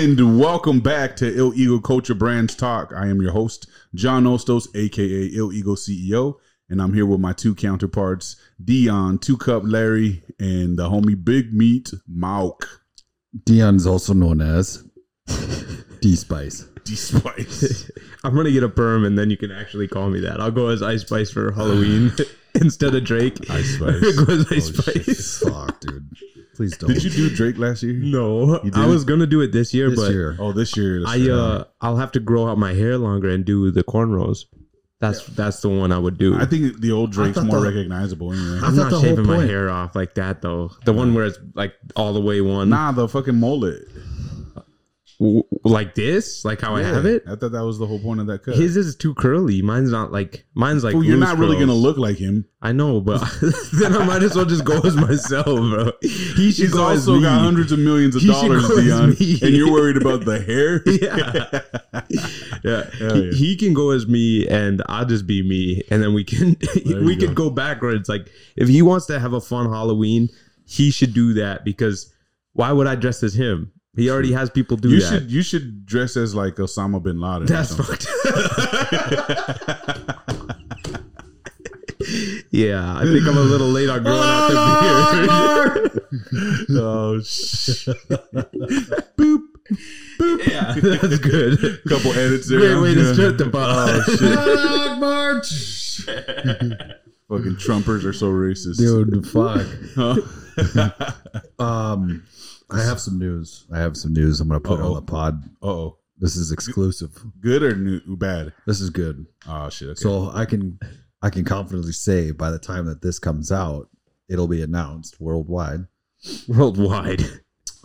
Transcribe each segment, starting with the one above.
Welcome back to Ill Eagle Culture Brands Talk. I am your host, John Ostos, aka Ill Eagle CEO, and I'm here with my two counterparts, Dion, Two Cup Larry, and the homie Big Meat Mauk. Dion is also known as D Spice. D Spice. I'm gonna get a perm, and then you can actually call me that. I'll go as Ice Spice for Halloween instead of Drake. Ice go Spice. as Ice Oh, shit. Spice. Fuck, dude. Please don't. Did you do Drake last year? No, You I did? was gonna do it this year, this but year? Oh, this year. that's I right. uh, I'll have to grow out my hair longer and do the cornrows. That's that's the one I would do. I think the old Drake's thought more the- recognizable anyway. I thought I'm not the whole shaving my point- hair off like that though. The one where it's like all the way one, Nah, the fucking mullet. W- like this, like how I Yeah, have it. I thought that was the whole point of that cut. His is too curly. Mine's not like mine's like. Fool, you're loose not really curls. gonna look like him. I know, but then I might as well just go as myself, bro. He should He's go as also me. got hundreds of millions of He should dollars, go as Dion, me. and you're worried about the hair. Yeah, yeah. Hell He, yeah. he can go as me, and I'll just be me, and then we can There we you could go backwards. Like if he wants to have a fun Halloween, he should do that because why would I dress as him? He already has people do You that. should you should dress as like Osama bin Laden. or That's something. fucked. yeah, I think I'm a little late on growing out the beard. oh shit! boop, boop. Yeah, that's good. Couple edits there. Great way Yeah. to start the pod. March. Fucking Trumpers are so racist. Dude, fuck. Huh? Um, I have some news. I have some news. I'm gonna put Uh-oh. on the pod. Oh, This is exclusive. good or new, bad? This is good. Oh shit! Okay. So I can, I can confidently say by the time that this comes out, it'll be announced worldwide. Worldwide.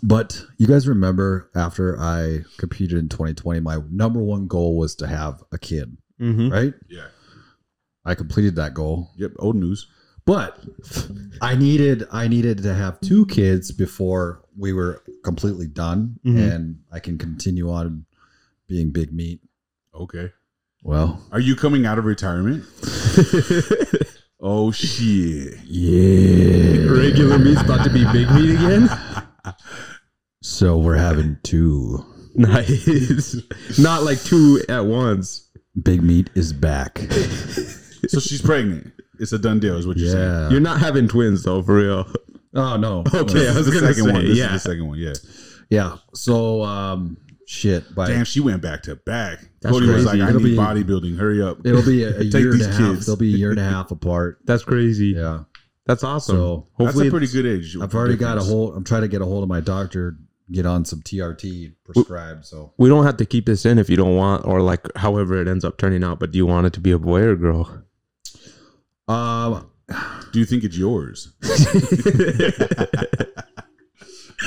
But you guys remember after I competed in 2020, my number one goal was to have a kid, Mm-hmm. right? yeah. I completed that goal. Yep. Old news. But I needed I needed to have two kids before we were completely done Mhm. and I can continue on being big meat. Okay. Well, Are you coming out of retirement? Oh shit! yeah. Regular meat's about to be big meat again. So we're having two. Nice. Not like two at once. Big meat is back. So she's pregnant. It's a done deal, is what you're saying. Yeah. You're not having twins though, for real. oh no. Okay, I This was is the gonna second say one. This yeah. is the second one. Yeah. Yeah. So um shit, by Damn, she went back to back. That's Cody was crazy. like, "I It'll need be- bodybuilding. Hurry up." it'll be a, a Take year and these a half. kids. They'll be a year and a half apart. That's crazy. Yeah. That's awesome. So That's a Hopefully, pretty it's- good age. I've already got a difference. hold. I'm trying to get a hold of my doctor, get on some TRT prescribed. So We don't have to keep this in if you don't want, or like however it ends up turning out. But do you want it to be a boy or girl? um, Do you think it's yours? Oh.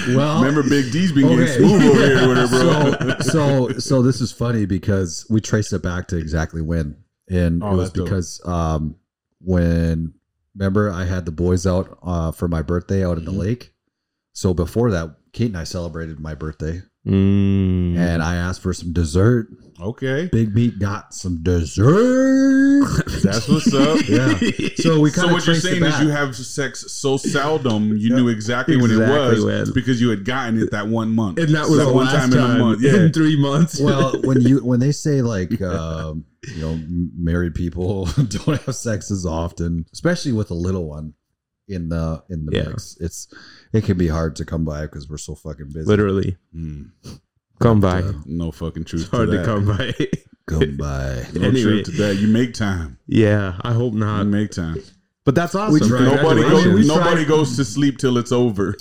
well, Remember, Big D's been getting Okay. smooth over here, with her, bro. so so so this is funny because we trace it back to exactly when, and Oh, it was that's dope. because um when remember I had the boys out uh for my birthday out at the Mm-hmm. lake. So before that, Kate and I celebrated my birthday, Mm. Mm-hmm. and I asked for some dessert. okay, Big Meat got some dessert. that's what's up. yeah. So we kind So what of you're traced it saying is back. you have sex so seldom you knew exactly, when it was Exactly when. because you had gotten it that one month and that was that the one last time, in a month. in Yeah, three months. well when you when they say like um you know m- married people don't have sex as often especially with a little one in the in the Yeah. mix it's it can be hard to come by because we're so fucking busy literally, Mm, come by. no fucking truth. It's hard to, to that. come by. come by No Anyway. truth to that. You make time. yeah, I hope You not. make time. But that's awesome. We tried. Nobody Congratulations. goes. We Nobody goes to sleep till it's over.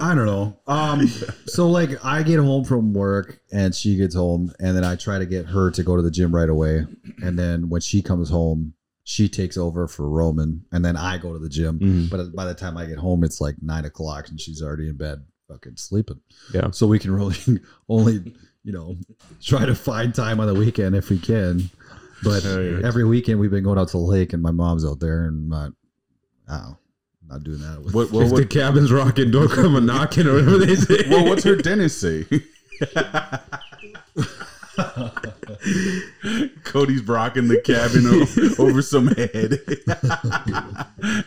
i don't know um so like i get home from work and she gets home and then i try to get her to go to the gym right away and then when she comes home she takes over for roman and then i go to the gym Mm. Mhm. But by the time I get home, it's like nine o'clock and she's already in bed, fucking sleeping. Yeah. So we can really only, you know, try to find time on the weekend if we can. But Hell yeah. every weekend we've been going out to the lake and my mom's out there and not, uh, not doing that. With, What? If What? the what cabin's rocking, don't come a knocking or whatever they say. well, what's her dentist say? Cody's rocking the cabin o- over some head.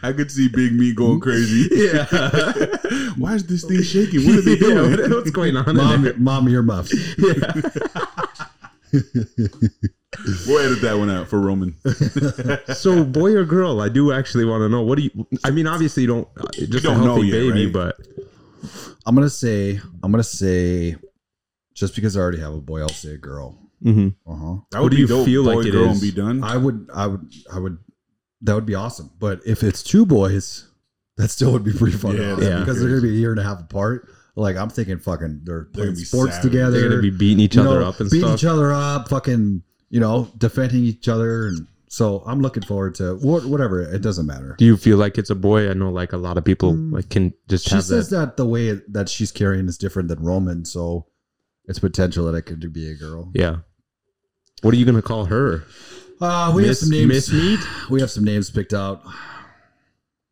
I could see Big Me going crazy. Yeah. Why is this thing shaking? What are they Yeah, doing? what- what's going on? in mom, there? mom, your muffs. Yeah. We'll edit that one out for Roman. So, boy or girl, I do actually want to know. What do you? I mean, obviously, you don't. uh, Just don't a healthy know yet, baby, right? but I'm gonna say, I'm gonna say, just because I already have a boy, I'll say a girl. Uh huh. That What would do be you dope. feel Boy, like it girl, is? and be done. I would, I would, I would. That would be awesome. But if it's two boys, that still would be pretty fun. Yeah, that'd be because they're good. gonna be a year and a half apart. Like I'm thinking, fucking, they're playing gonna be sports savage. together. they're gonna be beating each you other know, up and beating stuff. each other up, fucking, you know, defending each other, and so I'm looking forward to wha- whatever. It doesn't matter. do you feel like it's a boy? I know, like a lot of people Mm. like can just She have says that. that the way that she's carrying is different than Roman, so it's potential that it could be a girl. Yeah. What are you gonna call her? Uh, we Miss- have some names. Miss Mead? We have some names picked out,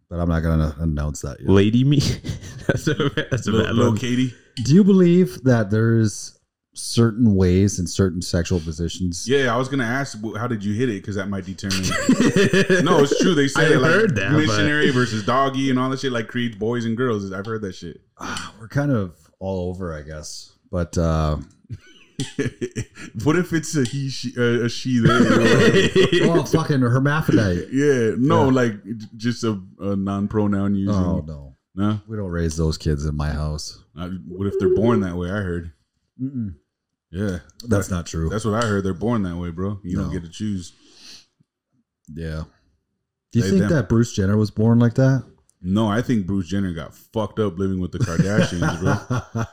but I'm not gonna announce that. Yet. Lady Mead? that's a that's a Little- bad little one. Katie. Do you believe that there's certain ways and certain sexual positions? Yeah, I was gonna ask wh- how did you hit it because that might determine. no, it's true. They say I it, like heard that, but- missionary versus doggy and all that shit, like creeds boys and girls. I've heard that shit. Ah, we're kind of all over, I guess. But uh, what if it's a he, she, uh, a she? There, well, fucking hermaphrodite. yeah, no, Yeah. like j- just a, a non-pronoun using. Oh no, No, we don't raise those kids in my house. I- what if they're born that way? I heard. Mm-mm. Yeah, That's not true. that's what I heard. They're born that way, bro. You No. don't get to choose. yeah. Do you They- think them- that Bruce Jenner was born like that? No, I think Bruce Jenner got fucked up living with the Kardashians, bro.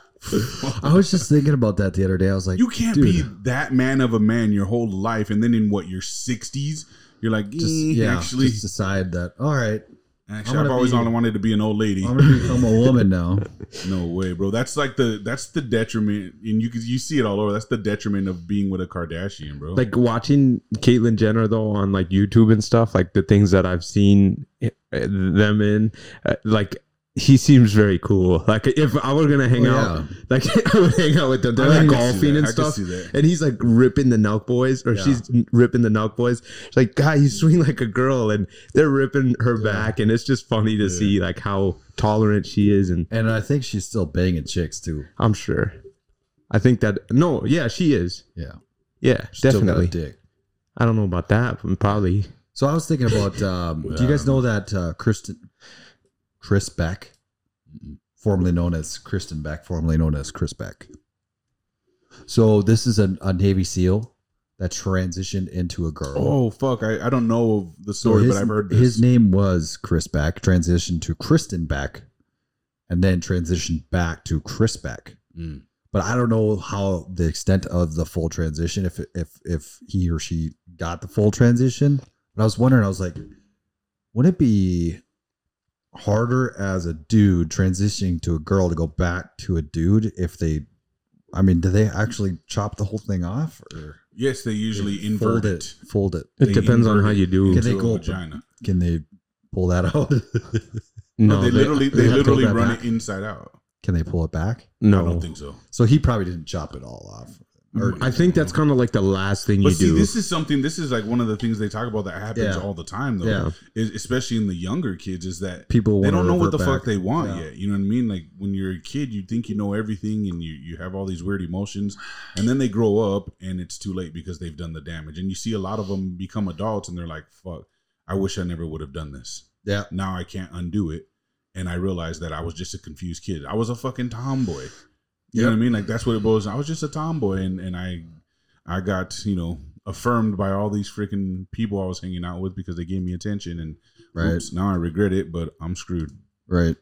I was just thinking about that the other day. I was like, You can't dude, be that man of a man your whole life, and then in what your sixties, you're like, just "Eh, yeah, actually, just decide that. All right, actually I'm I've gonna always be- only wanted to be an old lady. I'm gonna become a woman now. no way, bro. That's like the that's the detriment, and you can you see it all over. That's the detriment of being with a Kardashian, bro. like watching Caitlyn Jenner though on like YouTube and stuff, like the things that I've seen uh, them in, uh, like he seems very cool. Like if I were gonna hang Oh, out, like I would hang out with them. They're I like can see golfing that. and I can stuff, see that. and he's like ripping the Nelk boys, or Yeah. she's ripping the Nelk boys. It's like God, he's swinging like a girl, and they're ripping her back, and it's just funny to Yeah. see like how tolerant she is, and And I think she's still banging chicks too. I'm sure. I think that no, yeah, she is. Yeah, Yeah, still got a definitely. dick. I don't know about that, but probably. So I was thinking about. Um, do you guys know that uh, Kristen, Chris Beck, formerly known as Kristen Beck, formerly known as Chris Beck? So this is a, a Navy SEAL that transitioned into a girl. oh fuck, I, I don't know the So story, his- but I've heard this. His name was Chris Beck, transitioned to Kristen Beck, and then transitioned back to Chris Beck. Mm. But I don't know how the extent of the full transition, if if if he or she got the full transition. But I was wondering, I was like, wouldn't it be harder as a dude transitioning to a girl to go back to a dude if they I mean, do they actually chop the whole thing off or Yes, they usually fold invert it? it. Fold it. It They depends on how invert it. you do. Can into they a go- vagina. Can they pull that out? No, they, literally they, they have to literally go run back. it inside out. Can they pull it back? I no. don't think so. So he probably didn't chop it all off. Or, I think that's kind of like the last thing But you see, do. this is something. This is like one of the things they talk about that happens Yeah. all the time, though. Yeah. Is- Especially in the younger kids, is that people they wanna don't know what revert the back. fuck they want Yeah. yet. You know what I mean? Like when you're a kid, you think you know everything, and you you have all these weird emotions, and then they grow up, and it's too late because they've done the damage. And you see a lot of them become adults, and they're like, "Fuck, I wish I never would have done this." Yeah. Now I can't undo it, and I realized that I was just a confused kid. I was a fucking tomboy. You know what I mean? Like that's what it was. I was just a tomboy, and and I I got you know affirmed by all these freaking people I was hanging out with because they gave me attention, and Right. oops, now I regret it, but I'm screwed. Right.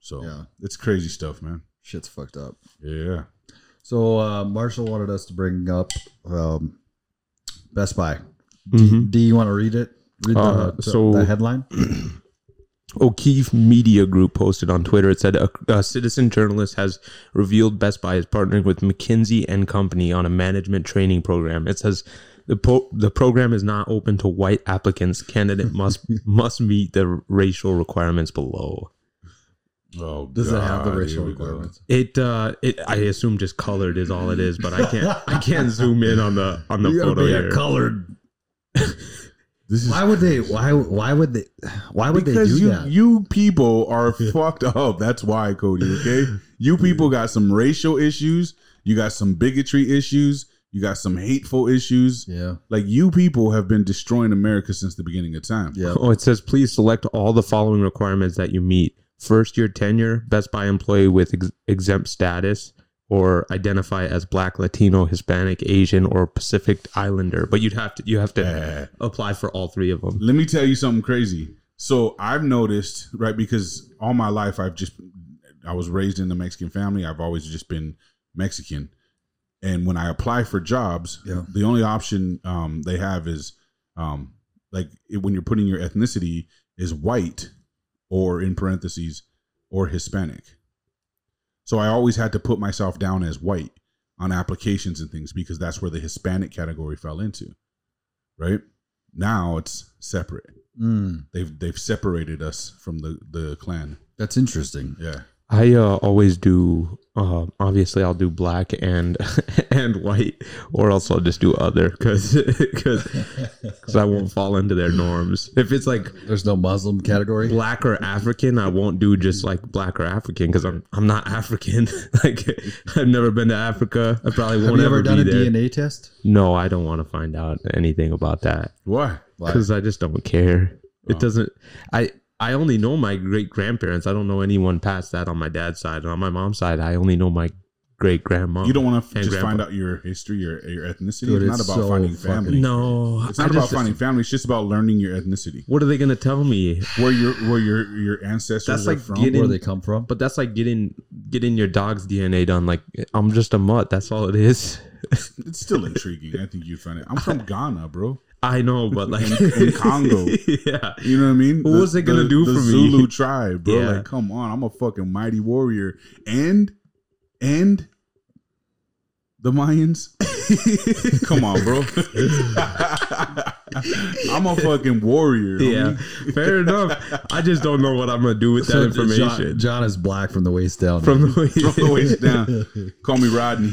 So Yeah. it's crazy stuff, man. Shit's fucked up. Yeah. So uh, Marshall wanted us to bring up um, Best Buy. Mhm. Do you want to read it? Read the, Uh, the- so- the headline. O'Keefe Media Group posted on Twitter. It said a, a citizen journalist has revealed Best Buy is partnering with McKinsey and Company on a management training program. It says the po- the program is not open to white applicants. Candidate must must meet the racial requirements below. Oh, Does it have the God, racial here we go. requirements? It uh it I assume just colored is all it is, but I can't I can't zoom in on the on the You gotta photo be a here. colored. This is Why would they? Why? Why would they? Why would because they do you that? you people are fucked up. That's why, Cody. Okay, you people got some racial issues. You got some bigotry issues. You got some hateful issues. yeah. Like you people have been destroying America since the beginning of time. Yeah. Oh, it says please select all the following requirements that you meet: first year tenure, Best Buy employee with ex- exempt status, or identify as Black, Latino, Hispanic, Asian, or Pacific Islander. But you'd have to you have to Yeah. apply for all three of them. Let me tell you something crazy. So I've noticed, right, because all my life I've just I was raised in a Mexican family. I've always just been Mexican. And when I apply for jobs, Yeah. the only option um, they have is um, like it, when you're putting your ethnicity is white or in parentheses or Hispanic. So I always had to put myself down as white on applications and things because that's where the Hispanic category fell into. Right? Now it's separate. Mm, They've they've separated us from the the clan. that's interesting. Yeah. I uh, always do. Uh, obviously, I'll do black and and white, or else I'll just do other because because I won't fall into their norms. If it's like There's no Muslim category. black or African, I won't do just like black or African because I'm I'm not African. like I've never been to Africa. I probably Have won't you ever ever done a be there. DNA test? No, I don't want to find out anything about that Why? Why? because I just don't Wow. care. Oh. It doesn't. I I only know my great grandparents. I don't know anyone past that on my dad's side, and on my mom's side, I only know my great grandma. You don't want to And just grandpa. find out your history, your your ethnicity. Dude, it's not it's about so finding fucking- family. No, It's not I about just- finding family. It's just about learning your ethnicity, What are they gonna tell me? where your where your your ancestors That's are like from. getting- Where they come from? But that's like getting getting your dog's DNA done. Like I'm just a mutt. That's all it is. it's still intriguing. I think you find it. I'm from Ghana, bro. I know, but like In- in Congo. yeah. You know what I mean? What was it gonna the- do the for me? Zulu tribe, bro. Yeah. Like, come on, I'm a fucking mighty warrior, and and the Mayans. come on, bro. I'm a fucking warrior. Yeah, homie. fair enough. I just don't know what I'm gonna do with that So John, information. John is black from the waist down. From the way, From the waist down. Call me Rodney.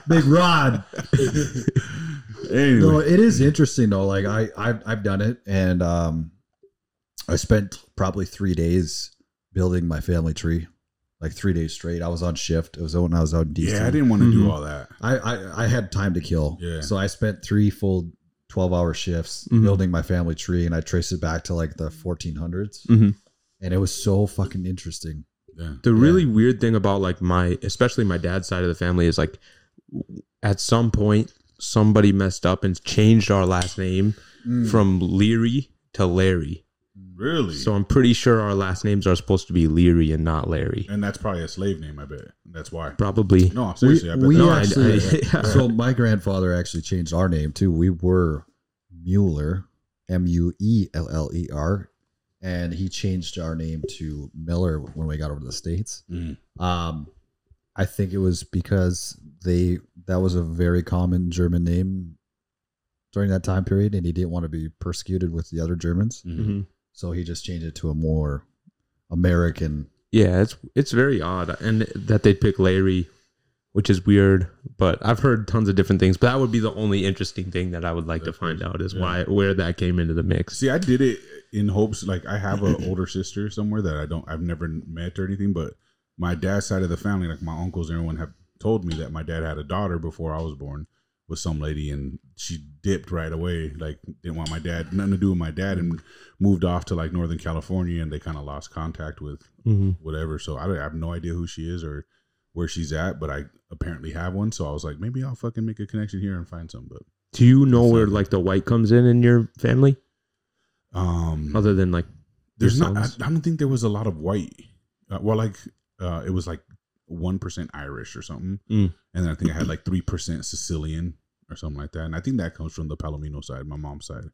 Big Rod. Anyway, No, it is interesting though. Like I, I've, I've done it, and um, I spent probably three days building my family tree, like three days straight. I was on shift. It was when I was out in DC. yeah, I didn't want to do Mhm. all that. I, I, I had time to kill. Yeah. Mm-hmm. So I spent three full twelve-hour shifts Mhm. building my family tree, and I traced it back to like the 1400s, Mm-hmm. Mhm. and it was so fucking interesting. Yeah. the really weird thing about like my, especially my dad's side of the family, is like at some point somebody messed up and changed our last name from Leary to Larry. Mm, Really? So I'm pretty sure our last names are supposed to be Leary and not Larry. and that's probably a slave name, I bet. That's why. Probably. No, seriously, I bet we that's No, I- actually, I- so my grandfather actually changed our name too. We were Mueller, M U E L L E R, and he changed our name to Miller when we got over to the states. Mm. Um, I think it was because they that was a very common German name during that time period, and he didn't want to be persecuted with the other Germans, Mhm. Mhm. so he just changed it to a more American. Yeah, it's it's very odd, and that they pick Larry, which is weird. But I've heard tons of different things. But that would be the only interesting thing that I would like to find out is why where that came into the mix. See, I did it in hopes like I have an older sister somewhere that I don't I've never met or anything, but my dad's side of the family, like my uncles and everyone have told me that my dad had a daughter before I was born with some lady and she dipped right away, like didn't want my dad nothing to do with my dad and moved off to like Northern California and they kind of lost contact with Mhm. whatever. So I, don't- I have no idea who she is or where she's at, but I apparently have one. So I was like, maybe I'll fucking make a connection here and find some. But Do you know where like the white comes in in your family, um, other than like there's your not. I, sons? I don't think there was a lot of white. Uh, well, like uh, it was like one percent Irish or something, Mm. and then I think I had like three percent Sicilian or something like that. And I think that comes from the Palomino side, my mom's side.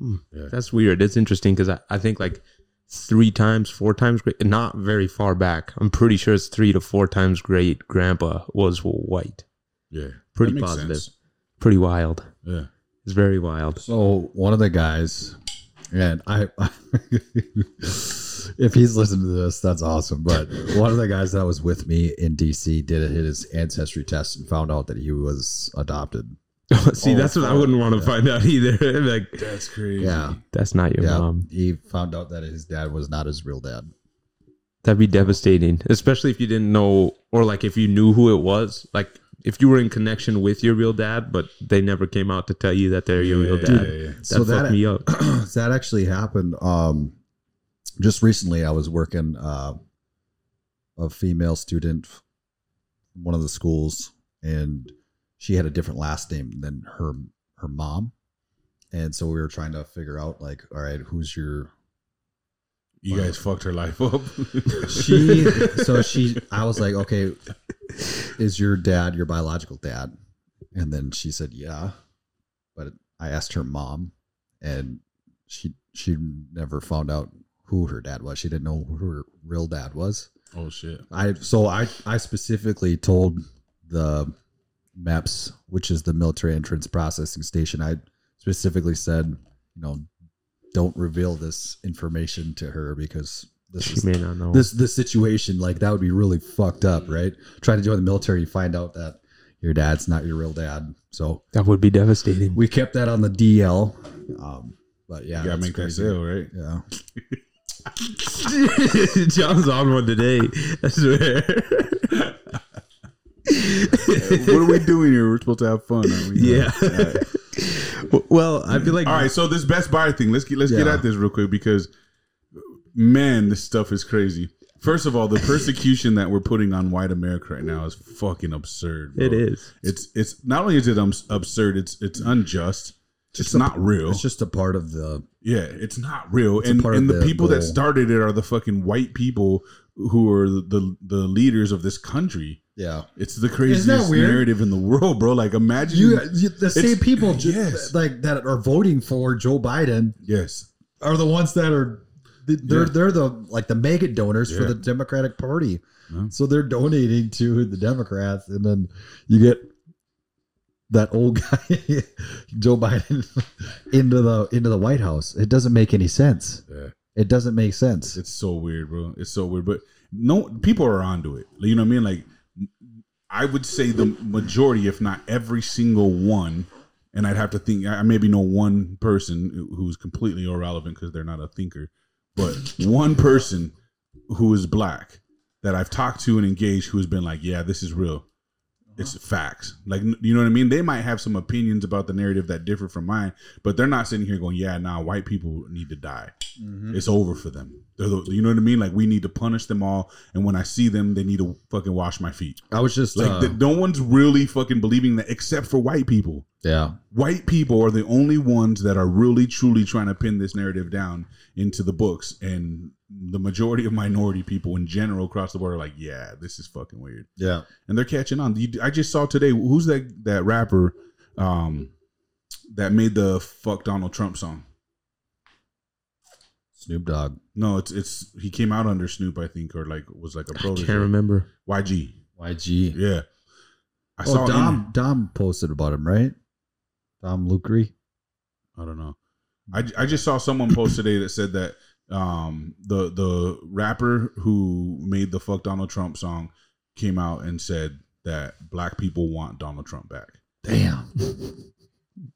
Mm. Yeah. That's weird. It's interesting because I, I think like three times, four times, great, not very far back. I'm pretty sure it's three to four times great grandpa was white. Yeah, Pretty That makes positive. sense. Pretty wild. Yeah, It's very wild. So one of the guys, and I, if he's listening to this, that's awesome. But one of the guys that was with me in DC did a, his ancestry test and found out that he was adopted. See, Oh, that's what I fuck. wouldn't want to Yeah. find out either. like, That's crazy. Yeah, that's not your yeah. mom. He found out that his dad was not his real dad. That'd be devastating, especially if you didn't know, or like if you knew who it was. Like, if you were in connection with your real dad, but they never came out to tell you that they're your real Yeah, dad. yeah, yeah. That So that- fucked me up. that actually happened um just recently i was working uh a female student f- from one of the schools and she had a different last name than her her mom and so we were trying to figure out like all right who's your You guys fucked her life up. she so she i was like okay is your dad your biological dad and then she said yeah but i asked her mom and she she never found out who her dad was she didn't know who her real dad was oh shit. i so i i specifically told the meps which is the military entrance processing station i specifically said you know don't reveal this information to her because this She is may not know. this this situation like that would be really fucked up Mm-hmm. right trying to join the military you find out that your dad's not your real dad so that would be devastating. we kept that on the dl um but yeah You gotta that's make crazy. that sale, right? yeah John's on one today. I swear. what are we doing here? We're supposed to have fun. Aren't we? Yeah. All right. well, I feel like All right, so this Best Buy thing, let's get let's get Yeah. at this real quick because man, this stuff is crazy. First of all, the persecution that we're putting on white America right now is fucking absurd. bro. it is. It's it's not only is it um, absurd, it's it's unjust. It's not real. it's just a part of the yeah, it's not real. a and part and of the, the people that goal. started it are the fucking white people who are the the, the leaders of this country. yeah It's the craziest weird? narrative in the world, bro. Like imagine you, you the same people ju- yes. like that are voting for joe biden yes. are the ones that are they're Yeah. they're the like the mega donors for Yeah. the Democratic Party. Yeah. So they're donating to the Democrats, and then you get that old guy Joe Biden into the into the White House. It doesn't make any sense. Yeah. It doesn't make sense. It's so weird, bro. It's so weird, but no people are onto it. You know what I mean? Like I would say the majority, if not every single one, and I'd have to think. I I maybe know one person who's completely irrelevant because they're not a thinker, but one person who is black that I've talked to and engaged who has been like, "Yeah, this is real." It's facts. Like, n- you know what I mean? They might have some opinions about the narrative that differ from mine, but they're not sitting here going, yeah, nah, white people need to die it's over for them. They're the, you know what I mean? Like we need to punish them all, and when I see them, they need to fucking wash my feet. I was just Like uh, th- no one's really fucking believing that, except for white people. yeah, White people are the only ones that are really truly trying to pin this narrative down into the books, and the majority of minority people in general across the board are like, yeah, this is fucking weird, yeah. and they're catching on. You- I just saw today who's that that rapper um, that made the fuck Donald Trump song. Snoop Dogg, No, it's it's he came out under Snoop, I think, or like was like a I can't protege. remember. YG. YG. Yeah. I saw oh, him- Dom Dom posted about him, right? Dom Lucre. I don't know. I, I just saw someone post today that said that um the the rapper who made the fuck Donald Trump song came out and said that black people want Donald Trump back. Damn.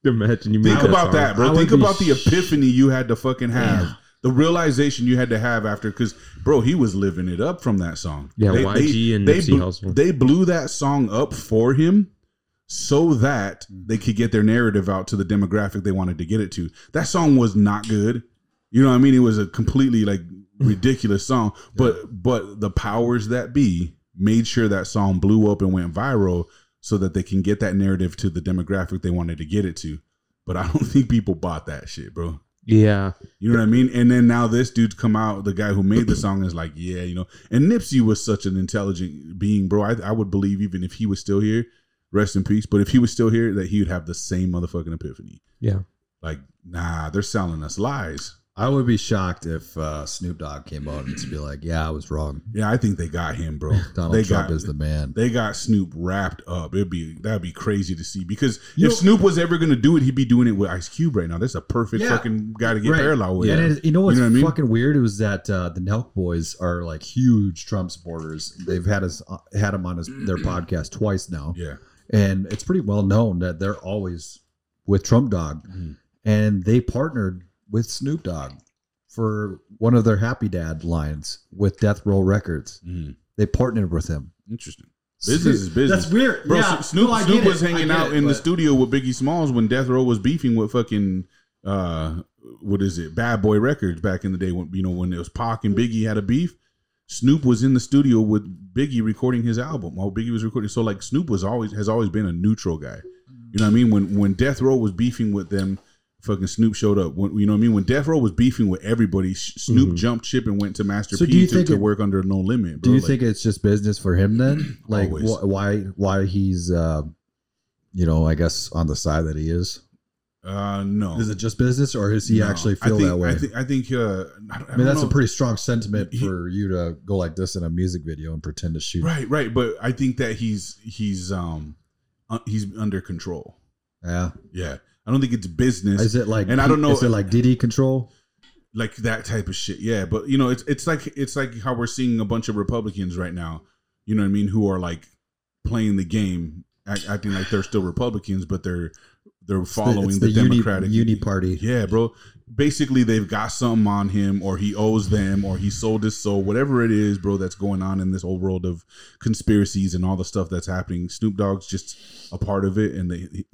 Imagine you make Think that about song. that, I bro. would Think be about the sh- epiphany you had to fucking have. Yeah. The realization you had to have after, because bro, he was living it up from that song. Yeah, YG and Nipsey blew, Hussle. They blew that song up for him so that they could get their narrative out to the demographic they wanted to get it to. That song was not good. You know what I mean? It was a completely like ridiculous song, but but the powers that be made sure that song blew up and went viral so that they can get that narrative to the demographic they wanted to get it to. But I don't think people bought that shit, bro. Yeah. You know what I mean? And then now this dude's come out, the guy who made the song is like, yeah, you know. And Nipsey was such an intelligent being, bro. I, I would believe even if he was still here, rest in peace, but if he was still here, that he would have the same motherfucking epiphany. Yeah. Like, nah, they're selling us lies. I would be shocked if uh, Snoop Dogg came out and just be like, "Yeah, I was wrong. Yeah, I think they got him, bro. Donald they Trump got is the man." they got Snoop wrapped up. It'd be that'd be crazy to see because You if know- Snoop was ever gonna do it, he'd be doing it with Ice Cube right now. That's a perfect Yeah. fucking guy to get Right. parallel with. And it, you know what's You know what I mean? fucking weird? It was that uh, the Nelk boys are like huge Trump supporters. They've had us uh, had him on his, their podcast twice now, Yeah, and it's pretty well known that they're always with Trump Dog, Mhm. and they partnered with Snoop Dogg for one of their Happy Dad lines with Death Row Records. Mhm. They partnered with him. interesting. Business is business. That's weird, Bro, Yeah, Snoop, no, I Snoop get was it. I hanging get out it, in the but- studio with Biggie Smalls when Death Row was beefing with fucking uh, what is it, Bad Boy Records back in the day when you know when it was Pac and Biggie had a beef. Snoop was in the studio with Biggie recording his album while Biggie was recording. So like Snoop was always has always been a neutral guy. You know what I mean? When when Death Row was beefing with them, fucking Snoop showed up. When, you know what I mean? When Death Row was beefing with everybody, Sh- Snoop Mhm. jumped ship and went to Master Mm-hmm. So do P you to, think to it- work under No Limit. Do bro. you Like, think it's just business for him then? Like Always. wh- why why he's uh you know, I guess on the side that he is. Uh, no. Is it just business or does he No. actually I feel think- that way? I I, think. I think. Uh, I, don't- I mean don't that's know. a pretty strong sentiment He- for you to go like this in a music video and pretend to shoot. right, right. But I think that he's he's um uh, he's under control. Yeah. Yeah, I don't think it's business Is it like And I don't know- is it like DD control? like that type of shit. Yeah, but you know, it's it's like it's like how we're seeing a bunch of Republicans right now. You know what I mean? Who are like playing the game, act, acting like they're still Republicans, but they're they're It's the- following it's the, uni- Democratic uni, party. Yeah, bro. Basically, they've got something on him, or he owes them, or he sold his soul, whatever it is, bro. That's going on in this whole world of conspiracies and all the stuff that's happening. Snoop Dogg's just a part of it, and they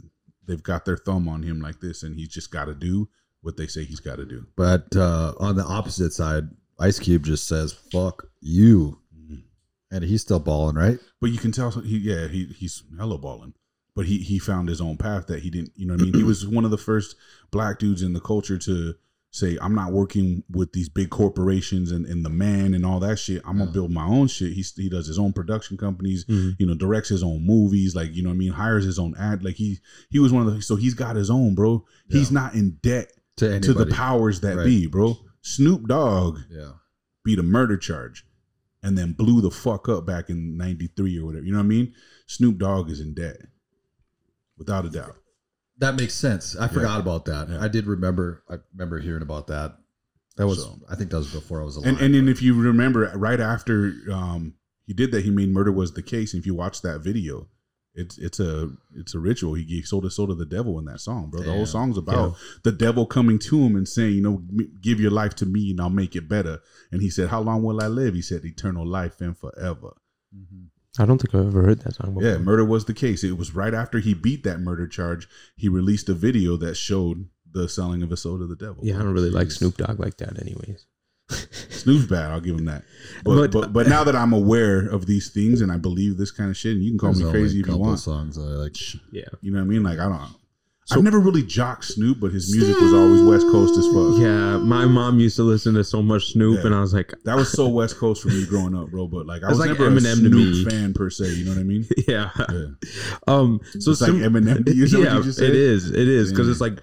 they've got their thumb on him like this, and he's just got to do what they say he's got to do. But uh on the opposite side, Ice Cube just says, Fuck you. Mm-hmm. And he's still balling, right? But you can tell, he, yeah, he, he's hella balling. But he he found his own path that he didn't. You know what I mean? he was one of the first black dudes in the culture to say, "I'm not working with these big corporations and, and the man and all that shit. I'm gonna Yeah. build my own shit." He he does his own production companies. Mm-hmm. You know, directs his own movies. Like you know what I mean? Hires his own ad. Like he he was one of the. So he's got his own, bro. He's not in debt To anybody. to the powers that Right. be, bro. Snoop Dogg Yeah. beat a murder charge and then blew the fuck up back in 93 or whatever. You know what I mean? Snoop Dogg is in debt. Without a doubt. That makes sense. I forgot about that. Yeah. I did remember. I remember hearing about that. That was. So- I think that was before I was alive. And and then if you remember right after um he did that, he made murder was the case. If you watch that video, it's it's a it's a ritual. He, he sold his soul to the devil in that song, bro. The whole Damn. song's about the devil coming to him and saying, you know, "M- give your life to me and I'll make it better. And he said, How long will I live? He said, Eternal life and forever. Mm-hmm. Mhm. I don't think I've ever heard that song before. Yeah, murder was the case. It was right after he beat that murder charge. He released a video that showed the selling of his soul to the devil. Yeah, I don't really like Jeez. Snoop Dogg like that, anyways. Snoop's bad. I'll give him that. But, but But- but now that I'm aware of these things and I believe this kind of shit, and you can call There's me only crazy a if you couple want. Songs that I like. Yeah. You know what I mean? Like I don't. So- I've never really jocked Snoop, but his music was always West Coast as fuck. Yeah, my mom used to listen to so much Snoop, Yeah. and I was like, That was so West Coast for me growing up, bro. But like I was It's like never a Eminem to me. Snoop fan per se. You know what I mean? yeah. Yeah. Um, so It's like sim- Eminem to you, is that what yeah, you just said? it is, it is, because Yeah. it's like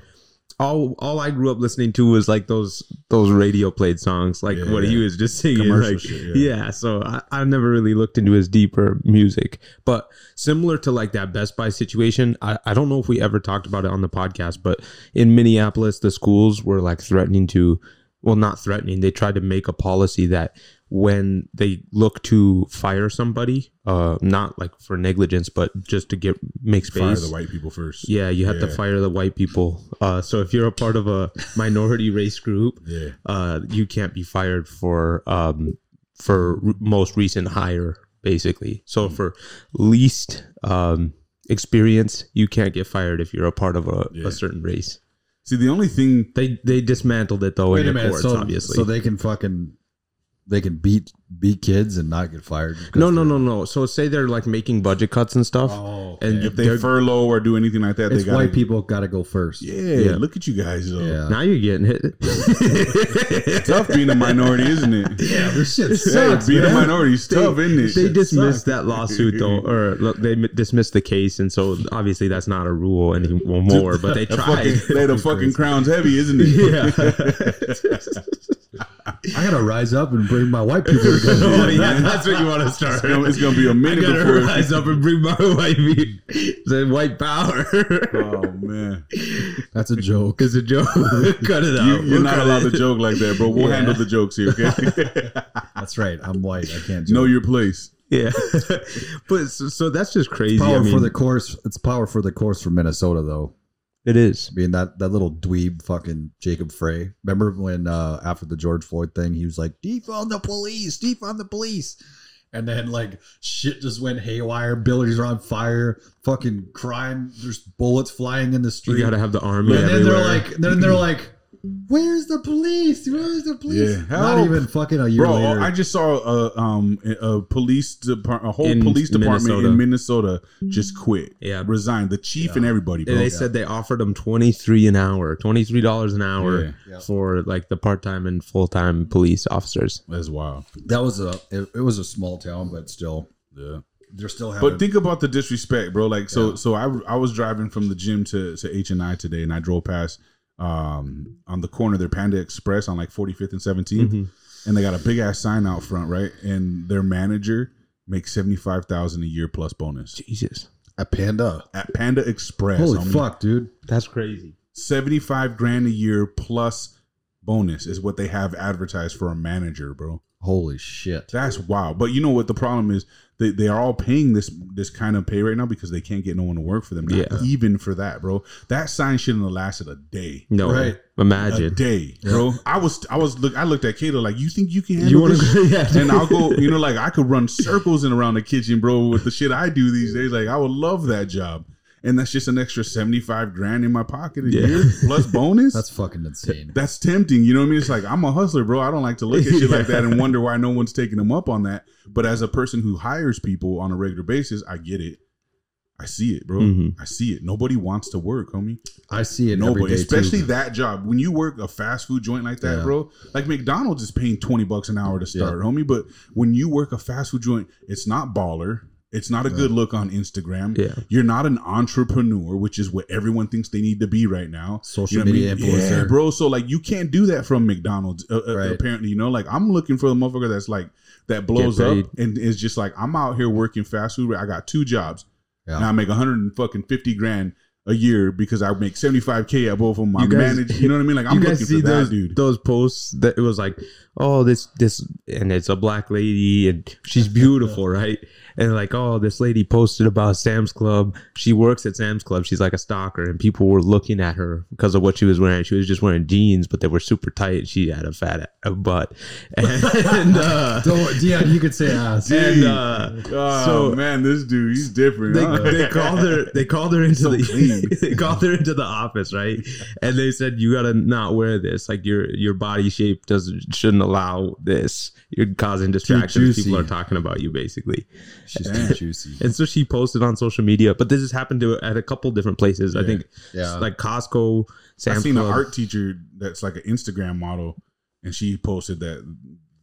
all all I grew up listening to was like those those radio played songs, like Yeah, what yeah. he was just singing, Commercial like shit, yeah. yeah. So I, I never really looked into his deeper music, but similar to like that Best Buy situation, I I don't know if we ever talked about it on the podcast, but in Minneapolis, the schools were like threatening to, well, not threatening, they tried to make a policy that when they look to fire somebody, uh, not like for negligence, but just to get make space, Fire the white people first. yeah, you have to Yeah. fire the white people. Uh, so if you're a part of a minority race group, Yeah. uh, you can't be fired for um, for r- most recent hire, basically. So Hmm. for least um, experience, you can't get fired if you're a part of a, Yeah. a certain race. See, the only thing They they dismantled it though Wait in a the minute. courts, so, obviously. so they can fucking they can beat beat kids and not get fired. No, no, no, no. So say they're like making budget cuts and stuff. Oh, And If they furlough or do anything like that, it's they got white people got to go first. Yeah, Yeah. look at you guys though. Yeah. now you're getting hit. Tough being a minority, isn't it? Yeah, this shit Hey, sucks. being man. a minority is tough, isn't it? they dismissed that lawsuit though, or look, they mi- dismissed the case, and so obviously that's not a rule anymore. But they The tried. fucking, they the fucking crown's heavy, isn't it? I gotta rise up and bring my white people together. Oh, yeah, that's what you want to It's start. gonna, it's gonna be a I minute gotta before. rise up and bring my white meat. The white power Oh man, That's a joke. is a joke. cut it out. you, We'll you're not cut allowed it. to joke like that, but we'll Yeah. handle the jokes here. Okay, That's right. I'm white. I can't. Joke. know your place. Yeah, but so, so that's just crazy. power I mean, for the course. It's power for the course for Minnesota though. it is. Being that that little dweeb fucking Jacob Frey. Remember when uh after the George Floyd thing, he was like, defund the police, defund the police. And then like shit just went haywire. Buildings are on fire. Fucking crime. There's bullets flying in the You street. gotta have the army and then everywhere. they're like, then they're like, where's the police? Where's the police? Yeah. Not Help. even fucking a year Bro, oh, later. I just saw a um a police department, a whole In police department Minnesota. in Minnesota just quit. Yeah. resigned. The chief and everybody. Bro. And they said they offered him twenty three an hour, twenty three dollars an hour Yeah. Yeah. for like the part time and full time police officers. That's wild. that was a it, it was a small town, but still, Yeah. they're still having. But think about the disrespect, bro. Like so, so I I was driving from the gym to to H and I today, and I drove past um on the corner their Panda Express on like 45th and 17th, Mm-hmm. and they got a big ass sign out front, right? And their manager makes seventy five thousand a year plus bonus Jesus, a panda. at Panda Express. Holy homie. fuck, dude! that's crazy. 75 grand a year plus bonus is what they have advertised for a manager, bro. Holy shit! That's wild. But you know what the problem is? They, they are all paying this this kind of pay right now because they can't get no one to work for them. Not Yeah. Even for that, bro. That sign shouldn't have lasted a day. No, Right. A imagine day, bro. I was I was look I looked at Kato like you think you can handle you want this? to. Yeah, and I'll go, you know, like I could run circles in around the kitchen, bro, with the shit I do these days. Like I would love that job. And that's just an extra 75 grand in my pocket a Yeah. year plus bonus. That's fucking insane. that's tempting. You know what I mean? It's like I'm a hustler, bro. I don't like to look at shit like that and wonder why no one's taking them up on that. But as a person who hires people on a regular basis, I get it. I see it, bro. Mhm. I see it. Nobody wants to work, homie. I see it Hmm. every Nobody, day. especially too. that job. When you work a fast food joint like that, Yeah. bro, like McDonald's is paying 20 bucks an hour to start, homie. But when you work a fast food joint, it's not baller. It's not a good look on Instagram. Yeah. You're not an entrepreneur, which is what everyone thinks they need to be right now. Social what media influencer. Yeah, bro. So like you can't do that from McDonald's uh, uh, Right. apparently, you know? Like I'm looking for the motherfucker that's like that blows up paid. and is just like I'm out here working fast food. I got two jobs. Yeah. And I make 150 grand a year because I make 75k at both of them. I You guys- manage, you know what I mean? Like I'm you looking guys for see that those dude. those posts that it was like, oh this this and it's a black lady and she's beautiful, right? And like, oh, this lady posted about Sam's Club. She works at Sam's Club. She's like a stalker, and people were looking at her because of what she was wearing. She was just wearing jeans, but they were super tight. She had a fat a butt, and uh, Don't, yeah, you could say ass. and uh, oh so- man, this dude, he's different. they, huh? they called her they called her into So clean. the they called her into the office right and they said you gotta not wear this like your your body shape doesn't shouldn't allow this you're causing distractions juicy. people are talking about you basically She's too juicy. and so she posted on social media but this has happened to at a couple different places i think Yeah. like costco I've sam's seen an Club. art teacher that's like an Instagram model, and she posted that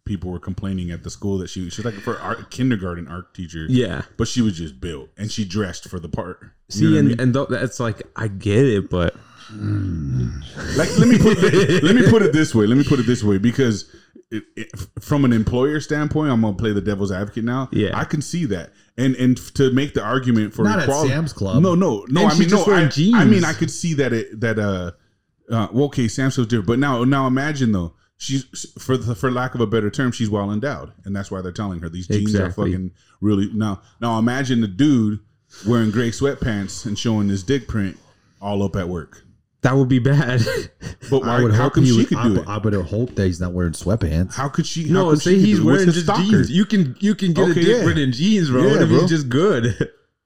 people were complaining at the school that she she's like for art kindergarten art teacher. yeah But she was just built and she dressed for the part. You see know what I and mean? and th- that's like i get it but like let me put it, let me put it this way. Let me put it this way because it, it, from an employer standpoint, I'm gonna play the devil's advocate now. Yeah. I can see that, and and to make the argument for Not at equality, Sam's Club. No, no, no. I And she's mean, no. just wearing I, jeans. I mean, I could see that it that uh, uh well, okay, Sam's Club's different, but now now imagine though. She's for the, for lack of a better term, she's well endowed, and that's why they're telling her these jeans Exactly. are fucking really now. Now imagine the dude wearing gray sweatpants and showing his dick print all up at work. that would be bad But I why, would how hope come he she would, could I, do would- it? I would hope that he's not wearing sweatpants. How could she? how no could say she he's do it? What's wearing his just stalker? jeans you can you can get Okay, a dick yeah. print in jeans bro Yeah, what if bro. he's just good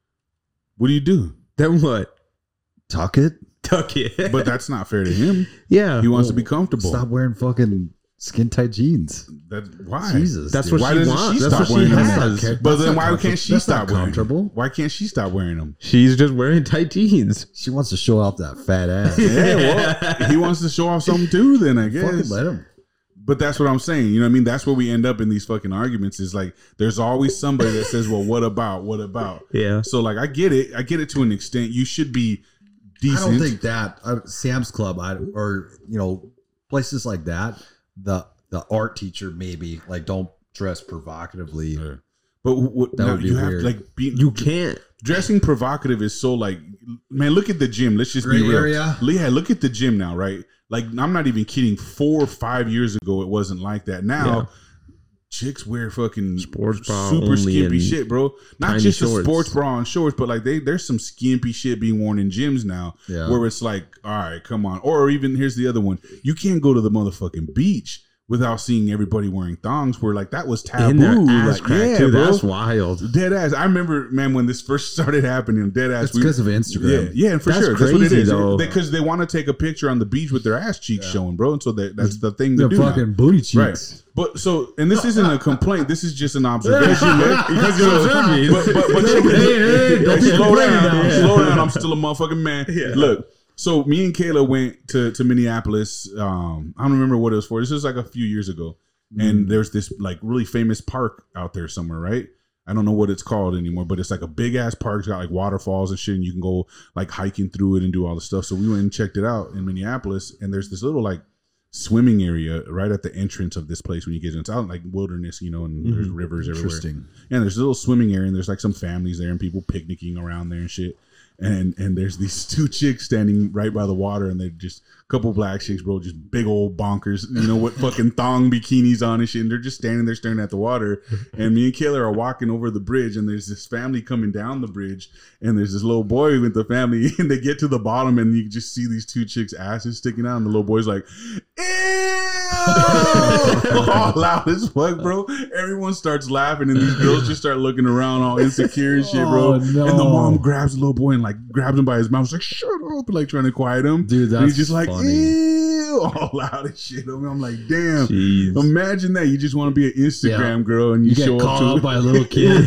What do you do? Then what? Tuck it. Tuck it. But that's not fair to him. yeah. He wants to be comfortable. Stop wearing fucking Skin tight jeans. That why? Jesus, That's dude. what Why she doesn't wants. she That's stop what she wearing them? has. That's not But That's then not why can't comfort- she that's stop not wearing? comfortable. Them? Why can't she stop wearing them? She's just wearing tight jeans. She wants to show off that fat ass. Yeah, well, he wants to show off something too. Then I Fucking guess. let him. But that's what I'm saying. You know what I mean? That's where we end up in these fucking arguments. Is like there's always somebody that says, "Well, what about? What about?" Yeah. So like, I get it. I get it to an extent. You should be I decent. don't think that uh, Sam's Club I, or you know places like that. The the art teacher maybe like don't dress provocatively. Yeah. but what, That no, would be you weird. have like be, You can't. dressing provocative is so like man look at the gym let's just be Gray real area. yeah look at the gym now right like i'm not even kidding four or five years ago it wasn't like that now Yeah. chicks wear fucking Sports bra super only skimpy and shit bro not tiny just a shorts. sports bra and shorts but like they there's some skimpy shit being worn in gyms now Yeah. where it's like all right come on or even here's the other one you can't go to the motherfucking beach without seeing everybody wearing thongs where like that was taboo In their ass Like, crack yeah, too. bro. That's wild. Dead ass. I remember, man, when this first started happening. Dead ass. It's because of Instagram. yeah, yeah, and for That's sure, that's what it crazy, is. though. Because they, want to take a picture on the beach with their ass cheeks showing, bro. And so that, that's the thing to The do. now. fucking booty Right, cheeks. but so, and this isn't a complaint. This is just an observation, man. Because you're observing. But, but, but check it. hey, Hey, don't be slow complaining down, now. slow down. I'm still a motherfucking man. Look, so me and Kayla went to to Minneapolis. Um, I don't remember what it was for. This was like a few years ago, Mm. and there's this like really famous park out there somewhere, right? I don't know what it's called anymore, but it's like a big ass park. It's got like waterfalls and shit, and you can go like hiking through it and do all the stuff. So we went and checked it out in Minneapolis, and there's this little like swimming area right at the entrance of this place when you get in. It's out in, like wilderness, you know, and there's rivers everywhere Interesting. and there's a little swimming area and there's like some families there and people picnicking around there and shit and and there's these two chicks standing right by the water and they're just a couple black chicks bro just big old bonkers you know what fucking thong bikinis on and shit and they're just standing there staring at the water and me and Kayla are walking over the bridge and there's this family coming down the bridge and there's this little boy with the family and they get to the bottom and you just see these two chicks asses sticking out and the little boy's like Ew! all loud as fuck, bro. Everyone starts laughing, and these girls just start looking around, all insecure and shit, bro. Oh, no. And the mom grabs the little boy and like grabs him by his mouth, she's like "Shut up!" like trying to quiet him. Dude, and he's that's just like "Eh." funny. "Ew!" all loud as shit. I mean, I'm like, damn. Jeez. Imagine that you just want to be an Instagram girl and you, You show get up called to out by a little kid.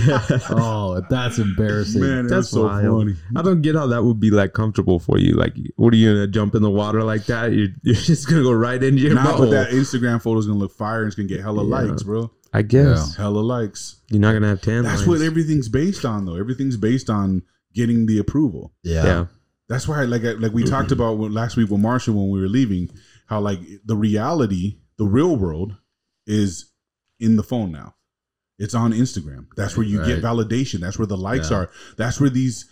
oh, that's embarrassing. man. That's, That's so wild. funny. I don't get how that would be like comfortable for you. Like, what are you gonna jump in the water like that? You're, you're just gonna go right into your Now, but butthole. that Instagram photo's gonna look fire and it's gonna get hella Yeah. likes, bro. I guess Hella likes. you're not gonna have tan. That's lines. what everything's based on, though. Everything's based on getting the approval. Yeah. Yeah. That's why, like, I, like we talked about when- last week with Marshall when we were leaving, how like the reality, the real world, is in the phone now. It's on Instagram. That's where you get validation. That's where the likes Yeah. are. That's where these